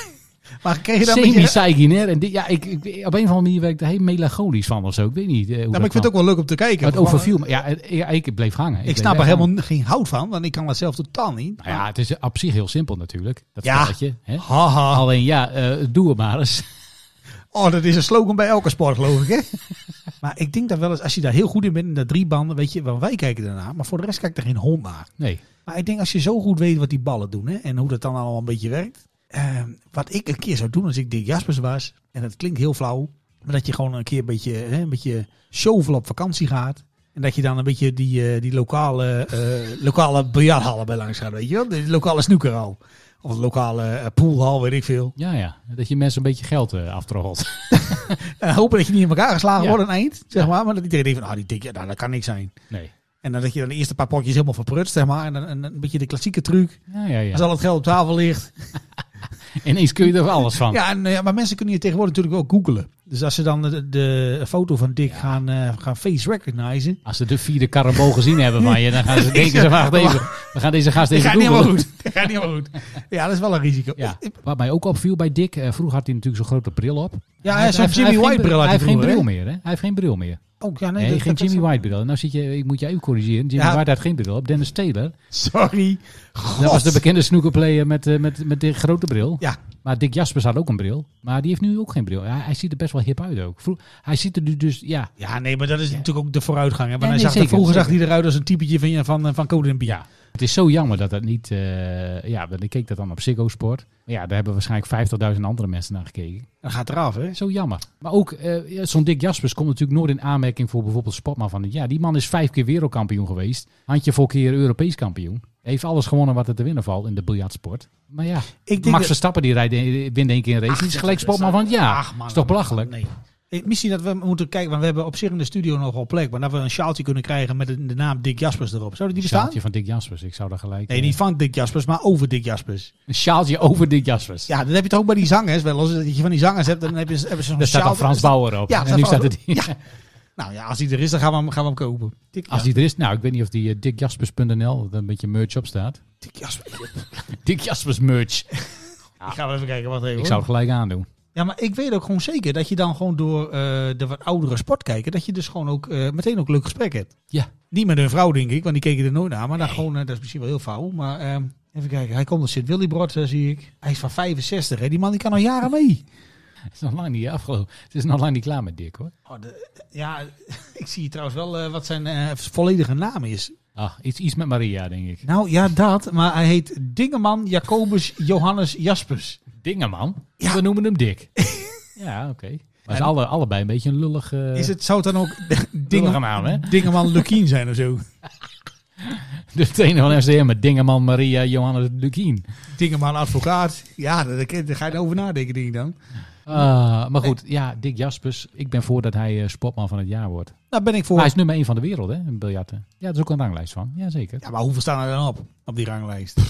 Maar kreeg je daar een
semi
beetje...
saiginer en dit, ja, ik, ik, op een of andere manier werd ik er heel melancholisch van of zo. Ik weet niet eh, hoe
Nou,
dat
maar ik vind het ook
kwam.
wel leuk om te kijken.
Maar het
want-
overviel me. Ja, het- ja, ik bleef hangen.
Ik
bleef
snap er
echt
helemaal
hangen.
geen hout van, want ik kan dat zelf totaal niet.
Nou ja, het is op zich heel simpel natuurlijk. Dat
Ja.
spelletje. Hè?
Haha.
Alleen ja, eh, doe het maar eens. [LAUGHS]
Oh, dat is een slogan bij elke sport, geloof ik, hè? [LAUGHS] maar ik denk dat wel eens, als je daar heel goed in bent, in dat drie banden, weet je, want wij kijken ernaar, maar voor de rest kijkt er geen hond naar.
Nee.
Maar ik denk, als je zo goed weet wat die ballen doen, hè, en hoe dat dan allemaal een beetje werkt. ehm, wat ik een keer zou doen als ik Dick Jaspers was, en dat klinkt heel flauw, maar dat je gewoon een keer een beetje, hè, een beetje shovel op vakantie gaat. En dat je dan een beetje die, eh, die lokale, eh lokale biljarthallen bij langs gaat, weet je wel? De lokale snoekerhal. Of de lokale eh, poolhal, weet ik veel.
Ja, ja. Dat je mensen een beetje geld eh aftroggelt. [LAUGHS]
En hopen dat je niet in elkaar geslagen
Ja.
wordt aan het eind, zeg maar. Maar dat iedereen denkt van, ah, die Dick, ja, nou, dat kan niks zijn.
Nee.
En dan dat je dan de eerste paar potjes helemaal verprutst, zeg maar. En dan en dan een beetje de klassieke truc.
Ja, ja, ja.
Als al het geld op tafel ligt,
Ineens kun je er alles van.
Ja, en, eh, maar mensen kunnen hier tegenwoordig natuurlijk ook googlen. Dus als ze dan de, de foto van Dick gaan, eh, gaan face recognizen.
Als ze de vierde karambo gezien hebben van je, dan
[LAUGHS]
gaan ze denken ze, wacht even, we gaan deze gast
Dat
even
gaat niet helemaal
googlen.
goed. [LAUGHS] Dat gaat niet helemaal goed. Ja, dat is wel een risico.
Ja. Wat mij ook opviel bij Dick, eh, vroeger had hij natuurlijk zo'n grote bril op.
Ja,
Hij heeft-
Ah, zo'n
hij heeft- hij
Jimmy
heeft geen
White
bril-
bril
Hij
had hij
heeft geen
vroeger,
bril meer,
hè?
hè? Hij heeft geen bril meer.
Oh, ja, nee,
Nee,
dat-
geen
dat-
Jimmy White bril. Nou zit je, ik moet je even corrigeren. Jimmy
Ja.
White had geen bril op. Dennis Taylor.
Sorry. God.
Dat was de bekende snoekerplayer met, eh, met, met de grote bril.
Ja.
Maar Dick Jaspers had ook een bril. Maar die heeft nu ook geen bril. Hij, hij ziet er best wel hip uit ook. Vroeg, hij ziet er nu dus, ja.
Ja, nee, maar dat is natuurlijk ook de vooruitgang. Hè? Want
Ja,
hij
nee,
zag er-
zeker,
vroeger zag
zeker.
hij eruit als een typetje van, eh, van, van Code en Piet.
ja. Het is zo jammer dat dat niet... eh, ja, want ik keek dat dan op Ziggo Sport. Maar ja, daar hebben waarschijnlijk 50.000 andere mensen naar gekeken.
Dat gaat eraf, hè?
Zo jammer. Maar ook eh, ja, zo'n Dick Jaspers komt natuurlijk nooit in aanmerking voor bijvoorbeeld Spotman van het jaar. Die man is vijf keer wereldkampioen geweest. Handje voor keer Europees kampioen. Heeft alles gewonnen wat er te winnen valt in de biljartsport. Maar ja,
denk
Max
dat-
Verstappen die rijdt, eh, wint één keer een race. die is gelijk Spotman van het jaar.
Ach, man.
is toch belachelijk?
Nee. Ik- Misschien dat we moeten kijken, want we hebben op zich in de studio nogal plek. Maar dat we een sjaaltje kunnen krijgen met de de naam Dick Jaspers erop. Zouden die bestaan?
Sjaaltje van Dick Jaspers. Ik zou daar gelijk... eh,
Nee, niet van Dick Jaspers, maar over Dick Jaspers.
Een sjaaltje over Dick Jaspers.
Ja, dat heb je toch ook bij die zangers wel eens. Dat je van die zangers hebt, dan heb je, hebben ze zo'n
Daar staat al
sjaal-
Frans Bauer op.
Ja,
en nu staat
Frans-
er die...
Ja. Nou ja, als die er is, dan gaan we hem, gaan we hem kopen. Dick,
Als die er is, nou, ik weet niet of die eh, dickjaspers.nl, dat een beetje merch op staat.
Dick Jaspers.
[LAUGHS] Dick Jaspers merch.
Ik ga wel even kijken, wacht even.
Ik
hoor.
zou het gelijk aandoen.
Ja, maar ik weet ook gewoon zeker dat je dan gewoon door eh, de wat oudere sportkijker, dat je dus gewoon ook eh, meteen ook leuk gesprek hebt.
Ja.
Niet met hun vrouw, denk ik, want die keken er nooit naar. Maar dan gewoon, eh, dat is misschien wel heel fout. Maar ehm, even kijken, hij komt uit Sint-Willibrod, eh, zie ik. Hij is van 65, hè? Die man die kan al jaren mee.
Het is nog lang niet afgelopen. Het is nog lang niet klaar met Dick, hoor.
Oh, de- [LAUGHS] ja, ik zie hier trouwens wel eh, wat zijn eh, volledige naam is.
Ah, iets, iets met Maria, denk ik.
Nou ja, dat, maar hij heet Dingeman Jacobus Johannes Jaspers.
Dingeman.
Ja.
We noemen hem
[LAUGHS]
Dick. ja, oké. Maar ze
En-
alle, allebei een beetje een lullig... eh,
Is het, zou het [LAUGHS] dan ook
Lullige naam, hè?
Dingeman Lukien zijn of [LAUGHS] zo?
De trainer van FCM met Dingeman, Maria, Johannes Lukien.
Dingeman advocaat. Ja, daar, daar ga je over nadenken, denk ik dan.
Ah, maar goed, ja, Dick Jaspers. Ik ben voor dat hij eh, sportman van het jaar wordt.
Nou ben ik voor.
Maar hij is nummer 1 van de wereld, hè, in biljarten. Ja, dat is ook een ranglijst van. Jazeker.
Ja, maar hoeveel staan er dan op? Op die ranglijst?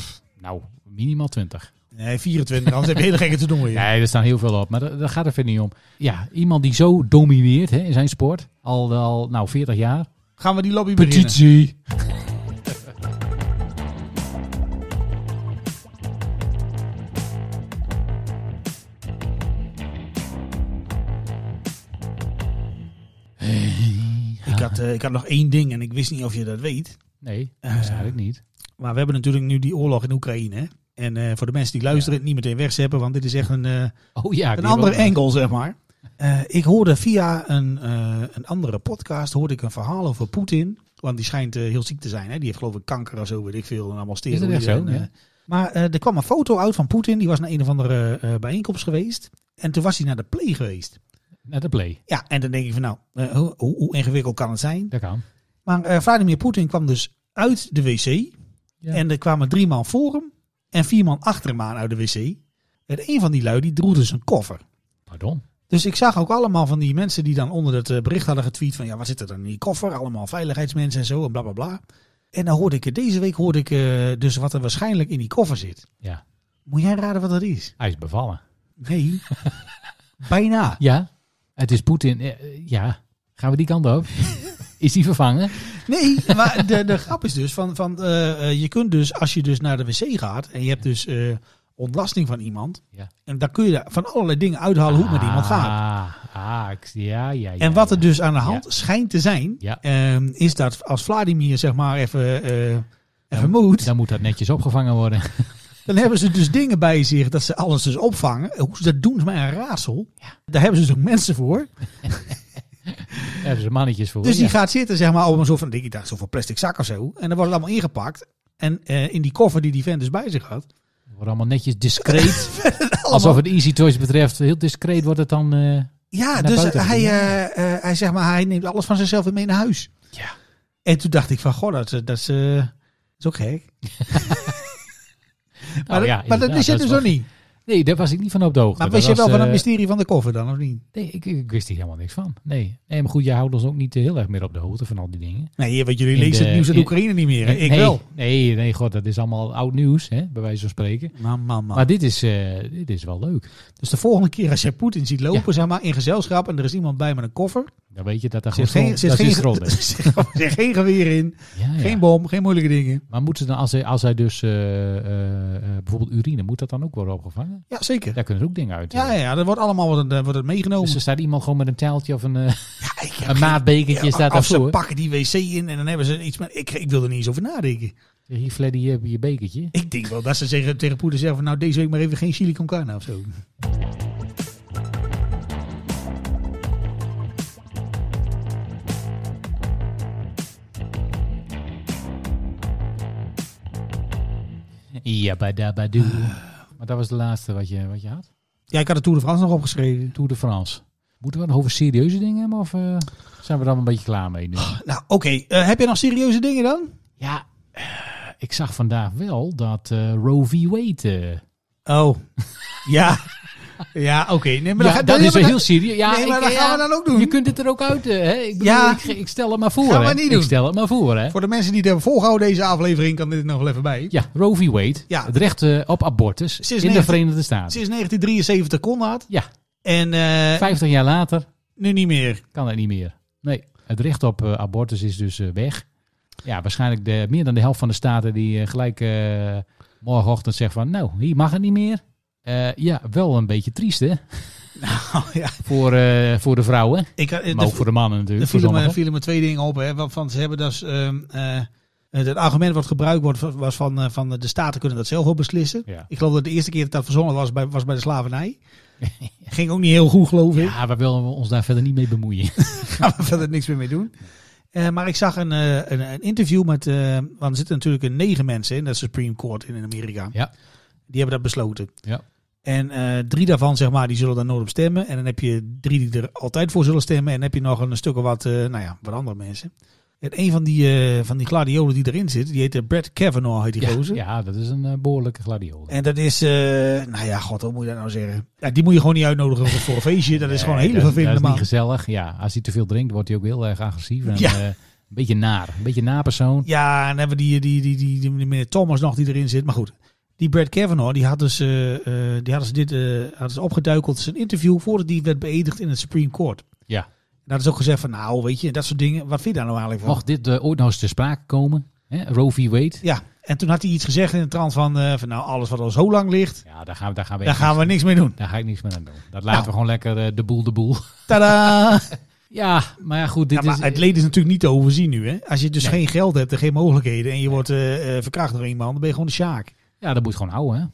Nou, minimaal 20.
Nee, 24, anders heb je hele gekke te doen. Ja.
Nee, er staan heel veel op, maar daar daar gaat er verder niet om. Ja, iemand die zo domineert hè, in zijn sport, al, al nou 40 jaar.
Gaan we die lobby beginnen?
Petitie.
Ik had, eh, ik had nog één ding en ik wist niet of je dat weet.
Nee, dat zei ik niet.
Maar we hebben natuurlijk nu die oorlog in Oekraïne. hè? En eh, voor de mensen die luisteren, het niet meteen wegzeppen, want dit is echt een, eh,
Oh ja,
een
die
andere
hebben we
engel, zeg maar. Eh, ik hoorde via een, eh, een andere podcast hoorde ik een verhaal over Poetin. Want die schijnt eh, heel ziek te zijn. Hè? Die heeft geloof ik kanker of zo, weet ik veel. En allemaal
echt
steroïden.
zo?
en, eh,
Ja.
Maar eh, er kwam een foto uit van Poetin. Die was naar een of andere eh, bijeenkomst geweest. En toen was hij naar de play geweest.
Net de play.
Ja, en dan denk ik van nou, eh, hoe, hoe hoe ingewikkeld kan het zijn?
Dat kan.
Maar eh, Vladimir Poetin kwam dus uit de wc.
Ja.
En er kwamen drie man voor hem en vier man achter hem aan uit de wc. En een van die lui die droeg dus een koffer.
Pardon.
Dus ik zag ook allemaal van die mensen die dan onder dat eh, bericht hadden getweet van ja, wat zit er dan in die koffer? Allemaal veiligheidsmensen en zo en bla bla bla. En dan hoorde ik, eh, deze week hoorde ik eh, dus wat er waarschijnlijk in die koffer zit.
Ja,
Moet jij raden wat dat is?
hij is bevallen.
Nee. Bijna.
Ja, het is Poetin. Eh, eh, Ja, gaan we die kant op? [LAUGHS] is die vervangen?
Nee, maar de, de grap is dus van, van eh, eh, je kunt dus als je dus naar de wc gaat en je hebt dus eh, ontlasting van iemand.
Ja.
En dan kun je daar van allerlei dingen uithalen hoe het met iemand gaat.
Ah, ah ik- ja, ja, ja.
En wat er
ja.
dus aan de hand schijnt te zijn,
Ja.
ehm, is dat als Vladimir zeg maar even, eh even moet,
Dan moet dat netjes opgevangen worden.
dan hebben ze dus dingen bij zich dat ze alles dus opvangen. Hoe ze dat doen is mij een raadsel. Daar hebben ze dus ook mensen voor.
Er hebben ze mannetjes voor.
Dus die
ja.
gaat zitten, zeg maar, op een soort van, ik dacht, zo'n van plastic zak of zo. En dan wordt het allemaal ingepakt. En eh, in die koffer die die vent dus bij zich had.
Wordt allemaal netjes
[LAUGHS]
discreet. Alsof het Easy Toys betreft, heel discreet wordt het dan. eh,
Ja,
Naar
dus
buiten
hij,
gegaan.
eh, eh, hij, zeg maar, hij neemt alles van zichzelf weer mee naar huis.
Ja.
En toen dacht ik van, goh, dat, dat, is, eh, dat is ook gek. maar dat-
ja,
maar dat
Nou inderdaad, dat
is het dus
is
nog
wel-
niet.
Nee, daar was ik niet van op de hoogte.
Maar
Dat
wist je
was,
wel van het
eh,
mysterie van de koffer dan, of niet?
Nee, ik, ik wist hier helemaal niks van. Nee. nee, maar goed, jij houdt ons ook niet eh, heel erg meer op de hoogte van al die dingen.
Nee, want jullie
In
lezen
de-
het nieuws uit
in-
Oekraïne niet meer. hè? Ik
nee,
wel.
Nee, nee, god, dat is allemaal oud nieuws, hè, bij wijze van spreken.
Man, man, man.
Maar dit is, eh, dit is wel leuk.
Dus de volgende keer als jij Poetin ziet lopen,
Ja.
zeg maar, in gezelschap en er is iemand bij met een koffer.
Dan weet je dat er
Zit
gewoon
geen,
geen,
zit,
dat
geen,
is
[LAUGHS]
stront in.
zit geen geweer in,
Ja, ja.
geen bom, geen moeilijke dingen.
Maar moeten ze dan, als hij, als hij dus eh, eh, eh, bijvoorbeeld urine, moet dat dan ook worden opgevangen?
Ja, zeker.
Daar kunnen ze ook dingen uit. eh,
Ja, ja, ja, dat wordt allemaal wordt, het- wordt het meegenomen.
Dus er staat iemand gewoon met een tijltje of een, eh, [LAUGHS]
Ja, ik heb
een
geen-
maatbekertje
Ja,
staat
of ze
daarvoor.
pakken die wc in en dan hebben ze iets. Maar ik, ik wil er niet eens over nadenken.
Hier, Fleddy, hier heb je je bekertje.
Ik denk wel dat ze zeggen, tegen Poetin zeggen van nou deze week maar even geen chili con carne of zo.
Ja, badabadoe. Maar dat was de laatste wat je, wat je had.
Ja, ik had de Tour de France nog opgeschreven.
Tour de France. Moeten we het nog over serieuze dingen hebben of eh, zijn we er dan een beetje klaar mee nu?
Nou, oké. eh, heb je nog serieuze dingen dan?
Ja, eh, ik zag vandaag wel dat eh Roe v. Wade... eh,
Oh. [LAUGHS] ja. Ja, oké. Nee, maar
ja,
dan ga-
dat
dan-
is wel
dan-
heel serieus. Ja,
Nee, maar
ik-
dat gaan
ja,
we dan ook doen.
Je kunt het er ook uit. eh, hè? Ik, bedoel,
Ja.
ik, ik stel het maar voor.
Gaan
hè?
we niet
Ik
doen.
stel het maar voor. Hè?
Voor de mensen die het hebben volgehouden deze aflevering, kan dit er nog wel even bij.
Ja, Roe v. Wade.
Ja.
Het recht eh, op abortus in
Sinds
de
19
Verenigde Staten.
Sinds 1973 kon dat.
Ja,
En eh,
50 jaar later
nu niet meer.
kan dat niet meer. Nee, het recht op eh, abortus is dus eh, weg. Ja, waarschijnlijk de, meer dan de helft van de staten die eh, gelijk eh, morgenochtend zegt van... Nou, hier mag het niet meer. Eh, ja, wel een beetje triest hè,
Oh, [LAUGHS] ja.
voor, eh, voor de vrouwen.
Ik, had-
Maar
de-
ook voor de mannen
Er
natuurlijk. Voor
vielen me,
sommigen.
vielen me twee dingen op. Hè, want van, ze hebben dus, ehm, eh, het argument wat gebruikt wordt was van, eh, van de staten kunnen dat zelf wel beslissen.
Ja.
Ik geloof dat de eerste keer dat dat verzonnen was, bij, was bij de
[LAUGHS]
slavernij. Ging ook niet heel goed, geloof ik.
Ja, we willen ons daar verder niet mee bemoeien.
[LAUGHS] Gaan we verder niks meer mee doen. Eh, maar ik zag een, eh, een, een interview met, eh, want er zitten natuurlijk een negen mensen in, dat is de Supreme Court in in Amerika.
Ja.
Die hebben dat besloten.
Ja.
En eh, drie daarvan, zeg maar, die zullen daar nooit op stemmen. En dan heb je drie die er altijd voor zullen stemmen. En dan heb je nog een stuk of wat, eh, nou ja, wat andere mensen. En een van die, eh, van die gladiolen die erin zit, die heet eh, Brett Kavanaugh, heet die
Ja,
gozer.
ja, dat is een eh, behoorlijke gladiool.
En dat is, eh, nou ja, god, hoe moet je dat nou zeggen? Ja, die moet je gewoon niet uitnodigen voor-
[LAUGHS]
voor een feestje. Dat is gewoon een
Nee,
hele
Eh, dat-
vervelende
Dat is
man.
niet gezellig. Ja, als hij te veel drinkt, wordt hij ook heel erg agressief. En,
Ja.
eh, een beetje naar. Een beetje naar persoon.
Ja, en dan hebben we die, die, die, die, die, die meneer Thomas nog die erin zit. Maar goed, die Brad Kavanaugh, die had dus, eh, eh, die had dus dit eh, had dus opgeduikeld. zijn interview voordat die werd beëdigd in het Supreme Court.
Ja.
En dat is ook gezegd van, nou, weet je, dat soort dingen. Wat vind je daar nou eigenlijk van?
Mocht dit eh, ooit nog eens te sprake komen, hè? Roe v. Wade.
Ja, en toen had hij iets gezegd in de trant van, eh, van nou, alles wat al zo lang ligt,
Ja, daar gaan we, daar gaan we,
daar
echt
gaan we niks mee doen.
niks- daar ga ik niks meer aan doen. Dat laten
Nou.
we gewoon lekker eh, de boel de boel. [LAUGHS]
Tada!
Ja, maar ja, goed, dit
Ja, maar
is...
het leed is natuurlijk niet te overzien nu, hè. Als je dus
Nee.
geen geld hebt en geen mogelijkheden en je wordt eh, eh, verkracht door iemand, dan ben je gewoon de sjaak.
Ja, dat moet gewoon houden, hè?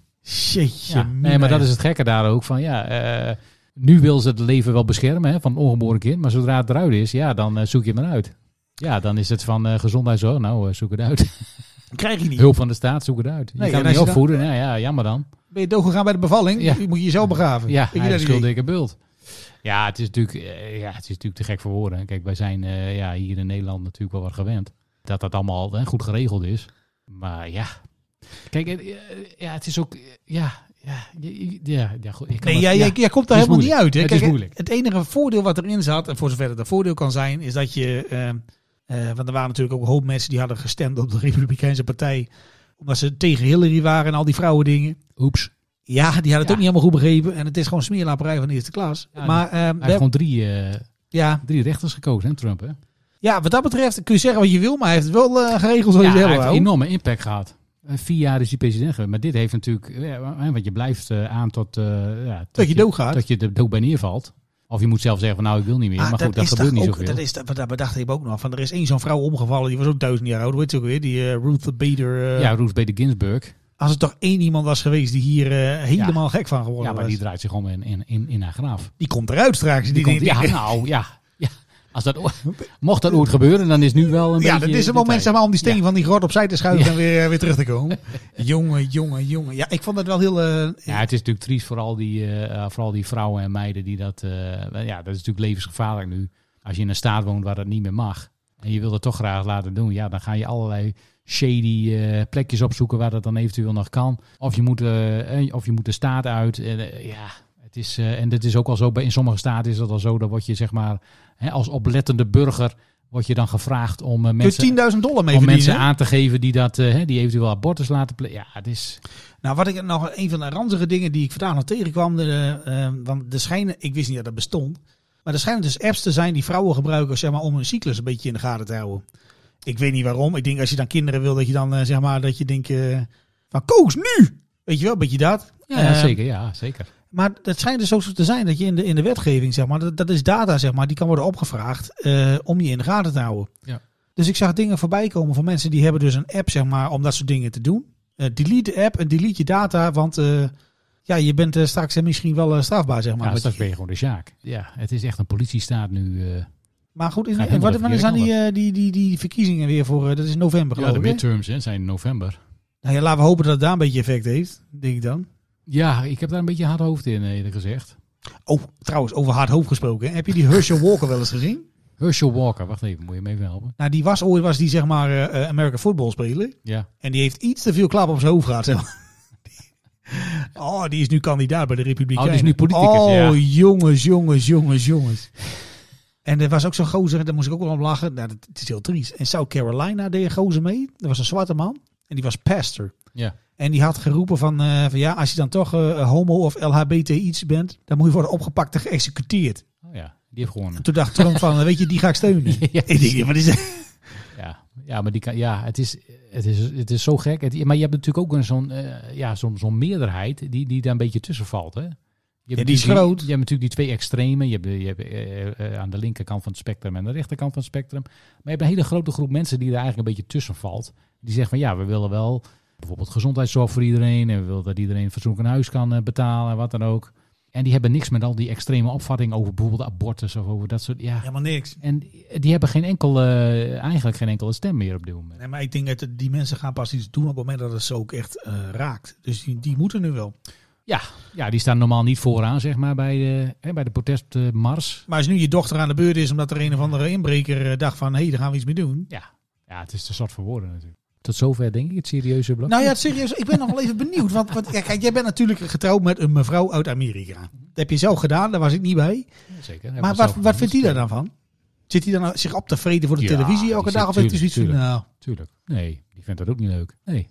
Jeetje,
Ja. Nee, maar dat is het gekke daar ook. Van, ja, eh, nu wil ze het leven wel beschermen hè, van een ongeboren kind. Maar zodra het eruit is, ja, dan eh, zoek je het maar uit. Ja, dan is het van eh, gezondheidszorg. Nou, eh, zoek het uit. [LAUGHS]
krijg je niet.
Hulp van de staat, zoek het uit. Je
Nee,
kan
en
het niet
als je dan-
opvoeden. Ja, ja, jammer dan.
Ben je doodgegaan bij de bevalling?
Ja.
Je Moet je jezelf begraven?
Ja,
Weet je
hij
dat
is schuld
idee?
dikke bult. Ja, het is natuurlijk, eh, ja, het is natuurlijk te gek voor woorden. hè. Kijk, wij zijn eh, ja, hier in Nederland natuurlijk wel wat gewend. Dat dat allemaal hè, goed geregeld is. Maar ja. Kijk, eh, eh, ja, het is ook... eh, Ja, ja, ja, ja, ja, goed, ik kan
Nee,
het-
jij,
ja.
jij, jij komt daar
Het is
helemaal
moeilijk.
niet uit. Hè?
Het is moeilijk.
het enige voordeel wat erin zat, en voor zover het een voordeel kan zijn, is dat je. eh, eh, want er waren natuurlijk ook een hoop mensen die hadden gestemd op de Republikeinse Partij. Omdat ze tegen Hillary waren en al die vrouwendingen.
Oeps.
Ja, die hadden het
Ja.
ook niet helemaal goed begrepen. En het is gewoon smeerlaperij van de eerste klas.
Ja,
maar eh, we
Hij heeft
hebben-
gewoon drie, eh,
ja,
drie rechters gekozen, hè, Trump. Hè?
ja, wat dat betreft kun je zeggen wat je wil, maar hij heeft het wel eh, geregeld zoals
Ja, hij
je het
heeft
wil.
een
hoor.
enorme impact gehad. Eh, Vier jaar is hij president geweest. Maar dit heeft natuurlijk... eh, Ja, want je blijft eh, aan tot... eh, ja, tot
Dat je doodgaat.
Dat je de dood bij neervalt. Of je moet zelf zeggen van nou, ik wil niet meer.
Ah,
maar goed, dat,
is
gebeurt
toch
niet
ook,
zoveel.
Dat, is, dat, dat bedacht ik me ook nog. Van, er is één zo'n vrouw omgevallen, die was ook duizend jaar oud. Weet je ook weer, die eh, Ruth Bader. eh,
ja, Ruth Bader Ginsburg.
Als er toch één iemand was geweest die hier eh, helemaal gek van geworden
Ja, maar
was.
die
Die,
draait zich om in, in, in, in haar graaf.
komt eruit straks. Die,
Die komt,
denkt,
ja,
[LAUGHS]
nou, ja. ja. Als dat, o- mocht dat ooit gebeuren, dan is nu wel een
ja,
beetje...
dat is
de
een moment
tijd.
zeg maar, om die steen
Ja.
van die grot opzij te schuiven en weer, eh, weer terug te komen. [LAUGHS] jongen, jongen, jongen. Ja, ik vond dat wel heel... eh,
Ja, het is natuurlijk triest voor al die, eh, eh, vooral die vrouwen en meiden die dat... eh, wel, ja, dat is natuurlijk levensgevaarlijk nu. Als je in een staat woont waar dat niet meer mag en je wil het toch graag laten doen, ja, dan ga je allerlei shady eh, plekjes opzoeken waar dat dan eventueel nog kan. Of je moet, eh, eh, of je moet de staat uit. En, eh, ja, het is, eh, en dat is ook al zo, bij- in sommige staten is dat al zo, dat word je zeg maar hè, als oplettende burger, word je dan gevraagd om eh,
Kun
mensen...
je 10.000 dollar mee
Om
verdienen.
mensen
hè?
aan te geven die, dat, eh, hè, die eventueel abortus laten plegen. Ja, het is...
Nou, wat ik nog een van de ranzige dingen die ik vandaag nog tegenkwam. De, eh, want er schijnen, ik wist niet dat dat bestond. Maar er schijnen dus apps te zijn die vrouwen gebruiken zeg maar, om hun cyclus een beetje in de gaten te houden. Ik weet niet waarom. Ik denk als je dan kinderen wil, dat je dan eh, zeg maar dat je denkt eh, van koos nu! Weet je wel, een beetje dat.
Ja, ja,
Eh,
zeker. Ja, zeker.
Maar het schijnt dus ook zo te zijn dat je in de, in de wetgeving, zeg maar, dat, dat is data, zeg maar, die kan worden opgevraagd eh, om je in de gaten te houden.
Ja.
Dus ik zag dingen voorbij komen van mensen die hebben dus een app, zeg maar, om dat soort dingen te doen. Eh, delete de app en delete je data, want eh, ja, je bent eh, straks eh, misschien wel eh, strafbaar, zeg
Maar
maar.
ja,
Wat-
straks ben je gewoon de Sjaak. Ja, het is echt een politiestaat nu. eh.
maar goed, in,
Ga je
en wat,
helemaal
wanneer zijn die,
verkeerd
eh, die, die, die verkiezingen weer voor? eh, dat is november,
ja,
geloof
de
ik. hè?
midterms hè, zijn in november.
Nou ja, laten we hopen dat het daar een beetje effect heeft, denk ik dan.
Ja, ik heb daar een beetje hard hoofd in, eerder gezegd.
Oh, trouwens, over hard hoofd gesproken. hè. Heb je die Herschel Walker wel eens gezien?
Herschel Walker, wacht even, moet je me even helpen?
Nou, die was ooit was die, zeg maar, eh, eh, American football speler.
Ja.
En die heeft iets te veel klap op zijn hoofd gehad. Zeg maar. [LAUGHS] Die- Oh, die is nu kandidaat bij de Republiek.
Oh, die is nu politicus,
Oh,
ja.
jongens, jongens, jongens, jongens. En er was ook zo'n gozer, daar moest ik ook wel om lachen. Nou, dat, het is heel triest. In South Carolina deed een gozer mee. Dat was een zwarte man. En die was pastor.
Ja.
En die had geroepen van, eh, van ja, als je dan toch eh, homo of LHBT iets bent, dan moet je worden opgepakt en geëxecuteerd.
Oh ja, die heeft gewonnen.
En toen dacht Trump van, [LAUGHS] weet je, die ga ik steunen.
Ja.
Ik denk, wat is dat?
Ja, ja maar die kan, ja, het, is, het, is, het is zo gek. Het- maar je hebt natuurlijk ook een zo'n eh, ja, zo'n zo'n meerderheid die, die daar een beetje tussen valt. Hè? Je hebt
Ja, die is
natuurlijk
groot.
Die, je hebt natuurlijk die twee extremen. Je hebt, de- je hebt eh, eh, aan de linkerkant van het spectrum en de rechterkant van het spectrum. Maar je hebt een hele grote groep mensen die daar eigenlijk een beetje tussen valt. Die zeggen van ja, we willen wel bijvoorbeeld gezondheidszorg voor iedereen. En we willen dat iedereen fatsoenlijk een huis kan eh, betalen en wat dan ook. En die hebben niks met al die extreme opvattingen over bijvoorbeeld abortus of over dat soort. Ja.
[LAUGHS] Helemaal niks.
En die hebben geen enkel, eh, eigenlijk geen enkele stem meer op dit moment.
Nee, maar ik denk dat het- die mensen gaan pas iets doen op het moment dat het ze ook echt eh, raakt. Dus die, die moeten nu wel.
Ja, ja, die staan normaal niet vooraan, zeg maar, bij de, hè, bij de protestmars.
Maar als nu je dochter aan de beurt is omdat er een of andere inbreker eh, dacht van... hé, hey, daar gaan we iets mee doen.
Ja. ja, het is te zat voor woorden natuurlijk. Tot zover denk ik het serieuze blok.
Nou ja, het serieus, ik ben nog wel even benieuwd. Want, want ja, kijk, jij bent natuurlijk getrouwd met een mevrouw uit Amerika. Dat heb je zelf gedaan, daar was ik niet bij.
Zeker.
Maar wat, wat vindt die daar dan van? Zit hij dan nou zich op te vreden voor de
Ja,
televisie
die
elke
zit-
dag? Of heeft hij
tuurlijk,
zoiets van,
tuurlijk.
nou...
Tuurlijk. Nee, die vindt dat ook niet leuk. Nee,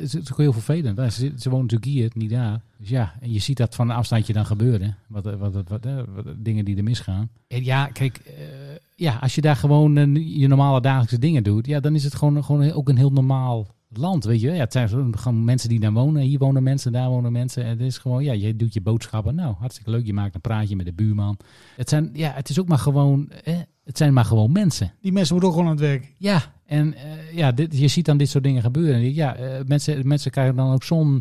het is ook heel vervelend. Ze, ze wonen natuurlijk hier, niet daar. Dus ja, en je ziet dat van een afstandje dan gebeuren. Wat, wat, wat, wat- eh, wat- dingen die er misgaan. En ja, kijk, eh, ja, als je daar gewoon eh, je normale dagelijkse dingen doet, ja, dan is het gewoon, gewoon heel- ook een heel normaal land, weet je. Ja, het zijn gewoon mensen die daar wonen. Hier wonen mensen, daar wonen mensen. En het is gewoon, ja, je doet je boodschappen. Nou, hartstikke leuk. Je maakt een praatje met de buurman. Het zijn, ja, het is ook maar gewoon, eh, het zijn maar gewoon mensen.
nou, Die mensen moeten ook gewoon aan het werk.
Ja, en eh, ja, dit, je ziet dan dit soort dingen gebeuren. En Ja, eh, mensen, mensen krijgen dan ook zo'n...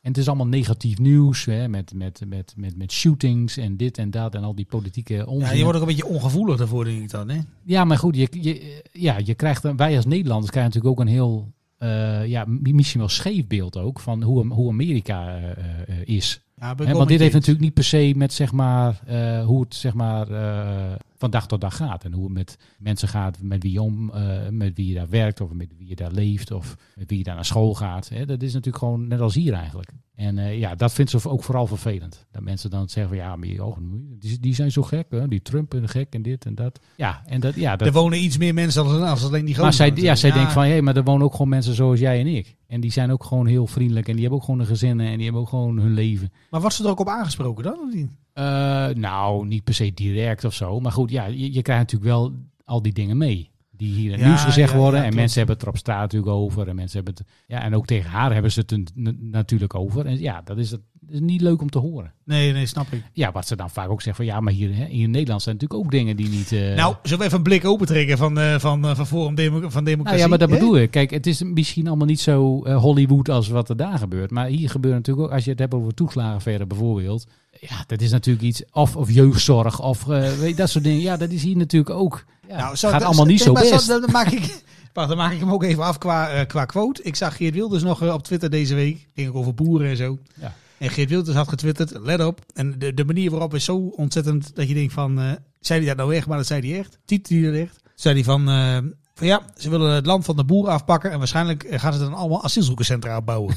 En het is allemaal negatief nieuws, hè, met, met, met, met, met shootings en dit en dat en al die politieke onzin.
Ja, je wordt ook een beetje ongevoelig daarvoor, denk ik dan. Hè?
Ja, maar goed, je, je, ja, je krijgt, dan- wij als Nederlanders krijgen natuurlijk ook een heel, eh, ja, mi- misschien wel scheef beeld ook van hoe, hoe Amerika eh, eh, is.
Ja, ben ik
Hè,
wel
want dit heeft
met je eens.
natuurlijk niet per se met zeg maar, eh, hoe het zeg maar, eh, van dag tot dag gaat. En hoe het met mensen gaat, met wie je om, eh, met wie je daar werkt of met wie je daar leeft of met wie je daar naar school gaat. Hè, dat is natuurlijk gewoon net als hier eigenlijk. En eh, ja, dat vindt ze ook vooral vervelend. Dat mensen dan zeggen van ja, maar die, oh, die, die zijn zo gek. Hè? Die Trump en gek en dit en dat. Ja, en dat, ja, dat
Er wonen iets meer mensen dan als alleen die
maar
gozer.
zij, ja,
natuurlijk.
zij denkt van, hé, maar er wonen ook gewoon mensen zoals jij en ik. En die zijn ook gewoon heel vriendelijk. En die hebben ook gewoon hun gezinnen. En die hebben ook gewoon hun leven.
Maar wordt ze er ook op aangesproken dan? Of niet?
Eh, nou, niet per se direct of zo. Maar goed, ja, je, je krijgt natuurlijk wel al die dingen mee. Die hier in het
Ja,
nieuws gezegd
ja, ja,
worden. en
klopt.
mensen hebben het er op straat natuurlijk over. En, mensen hebben het, ja, en ook tegen haar hebben ze het een- n- natuurlijk over. En ja, dat is, dat is niet leuk om te horen.
Nee, nee, snap ik.
Ja, wat ze dan vaak ook zeggen van... Ja, maar hier, hè, in Nederland zijn natuurlijk ook dingen die niet... eh,
Nou, zullen we even een blik opentrekken van, eh, van, eh, van Forum Demo- van Democratie?
Nou ja, maar dat
hè?
bedoel ik. Kijk, het is misschien allemaal niet zo eh, Hollywood als wat er daar gebeurt. Maar hier gebeurt natuurlijk ook, als je het hebt over toeslagenverre bijvoorbeeld. Ja, dat is natuurlijk iets. Of, of jeugdzorg, of eh, weet, je, dat soort dingen. Ja, dat is hier natuurlijk ook. Ja,
Nou,
het
zou-
gaat
dat-
allemaal niet
nee,
zo
maar zou-
best.
Dan, dan maak ik, wacht, dan maak ik hem ook even af qua, eh, qua quote. Ik zag Geert Wilders nog eh, op Twitter deze week. Ging ook over boeren en zo.
Ja.
En Geert Wilders had getwitterd, let op. En de, de manier waarop is zo ontzettend dat je denkt van... eh, zei hij dat nou echt, maar dat zei hij echt. Tiet hij dat echt. Zei hij van... eh, Van ja, ze willen het land van de boeren afpakken en waarschijnlijk eh, gaan ze dan allemaal asielzoekerscentra opbouwen.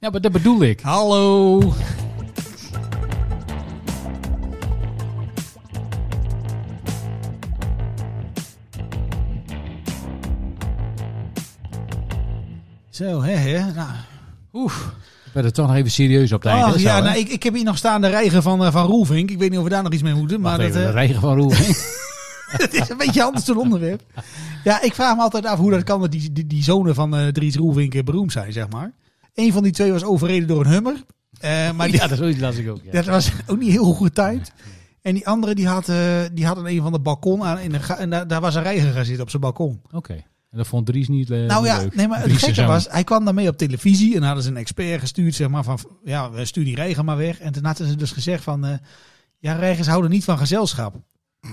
Ja, maar dat bedoel ik.
Hallo! Zo, hè, hè. Nou,
Oef. Ik ben er toch nog even serieus op het einde.
oh,
zo,
ja,
hè?
nou, ik, ik heb hier nog staan de regen van, eh, van Roelvink. Ik weet niet of we daar nog iets mee moeten,
Wacht
maar dat,
even, de
eh,
regen van Roel.
[LAUGHS] dat is een beetje anders een onderwerp. Ja, ik vraag me altijd af hoe dat kan dat die, die, die zonen van eh Dries Roelvink eh, beroemd zijn, zeg maar. Eén van die twee was overreden door een hummer. Eh, maar die,
[LAUGHS] ja, dat zoiets las ik ook. Ja.
Dat was ook niet heel goed tijd. En die andere die had, eh, die had aan een van de balkon aan. In de ga- en daar, daar was een reiger gaan zitten op zijn balkon.
Oké. En dat vond Dries niet eh,
nou
niet
ja,
leuk.
nee, maar het
Dries'
gekke
zoon.
was, hij kwam daarmee op televisie. En hadden ze een expert gestuurd, zeg maar, van ja, we stuur die reiger maar weg. En toen hadden ze dus gezegd van, eh, ja, reigers houden niet van gezelschap.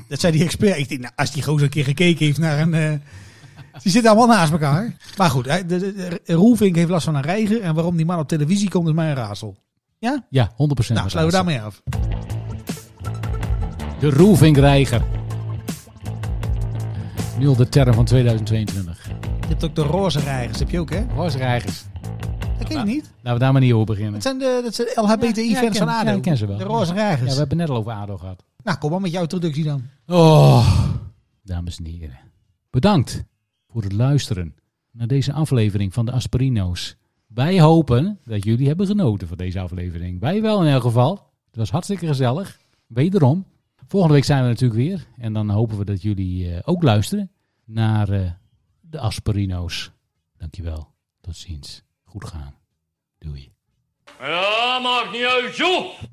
Dat zei die expert. Ik denk, nou, als die gozer een keer gekeken heeft naar een... eh, die zitten allemaal naast elkaar. Maar goed, hij- de, de, de- Roelvink heeft last van een reiger. En waarom die man op televisie komt, is mij een raadsel. Ja?
Ja, 100%
Nou,
was
sluiten we
dat.
daarmee af.
De Roelvinkreiger. Nu al de term van 2022.
Je hebt ook de roze reigers, heb je ook, hè?
Roosreigers.
Dat ken je niet.
Laten we daar maar niet over beginnen.
Dat zijn de, dat zijn LHBTI-fans
Ja, ik ken-
van ADO.
ja, ik ken ze wel.
De roze
Ja, we
reigers.
hebben het net al over ADO gehad.
Nou, kom maar met jouw introductie dan.
Oh. Dames en heren. Bedankt voor het luisteren naar deze aflevering van de Aspirino's. Wij hopen dat jullie hebben genoten van deze aflevering. Wij wel in elk geval. Het was hartstikke gezellig. Wederom. Volgende week zijn we natuurlijk weer. En dan hopen we dat jullie eh, ook luisteren naar eh, de Aspirino's. Dankjewel. Tot ziens. Goed gaan. Doei.
Ja, maakt niet uit, joh!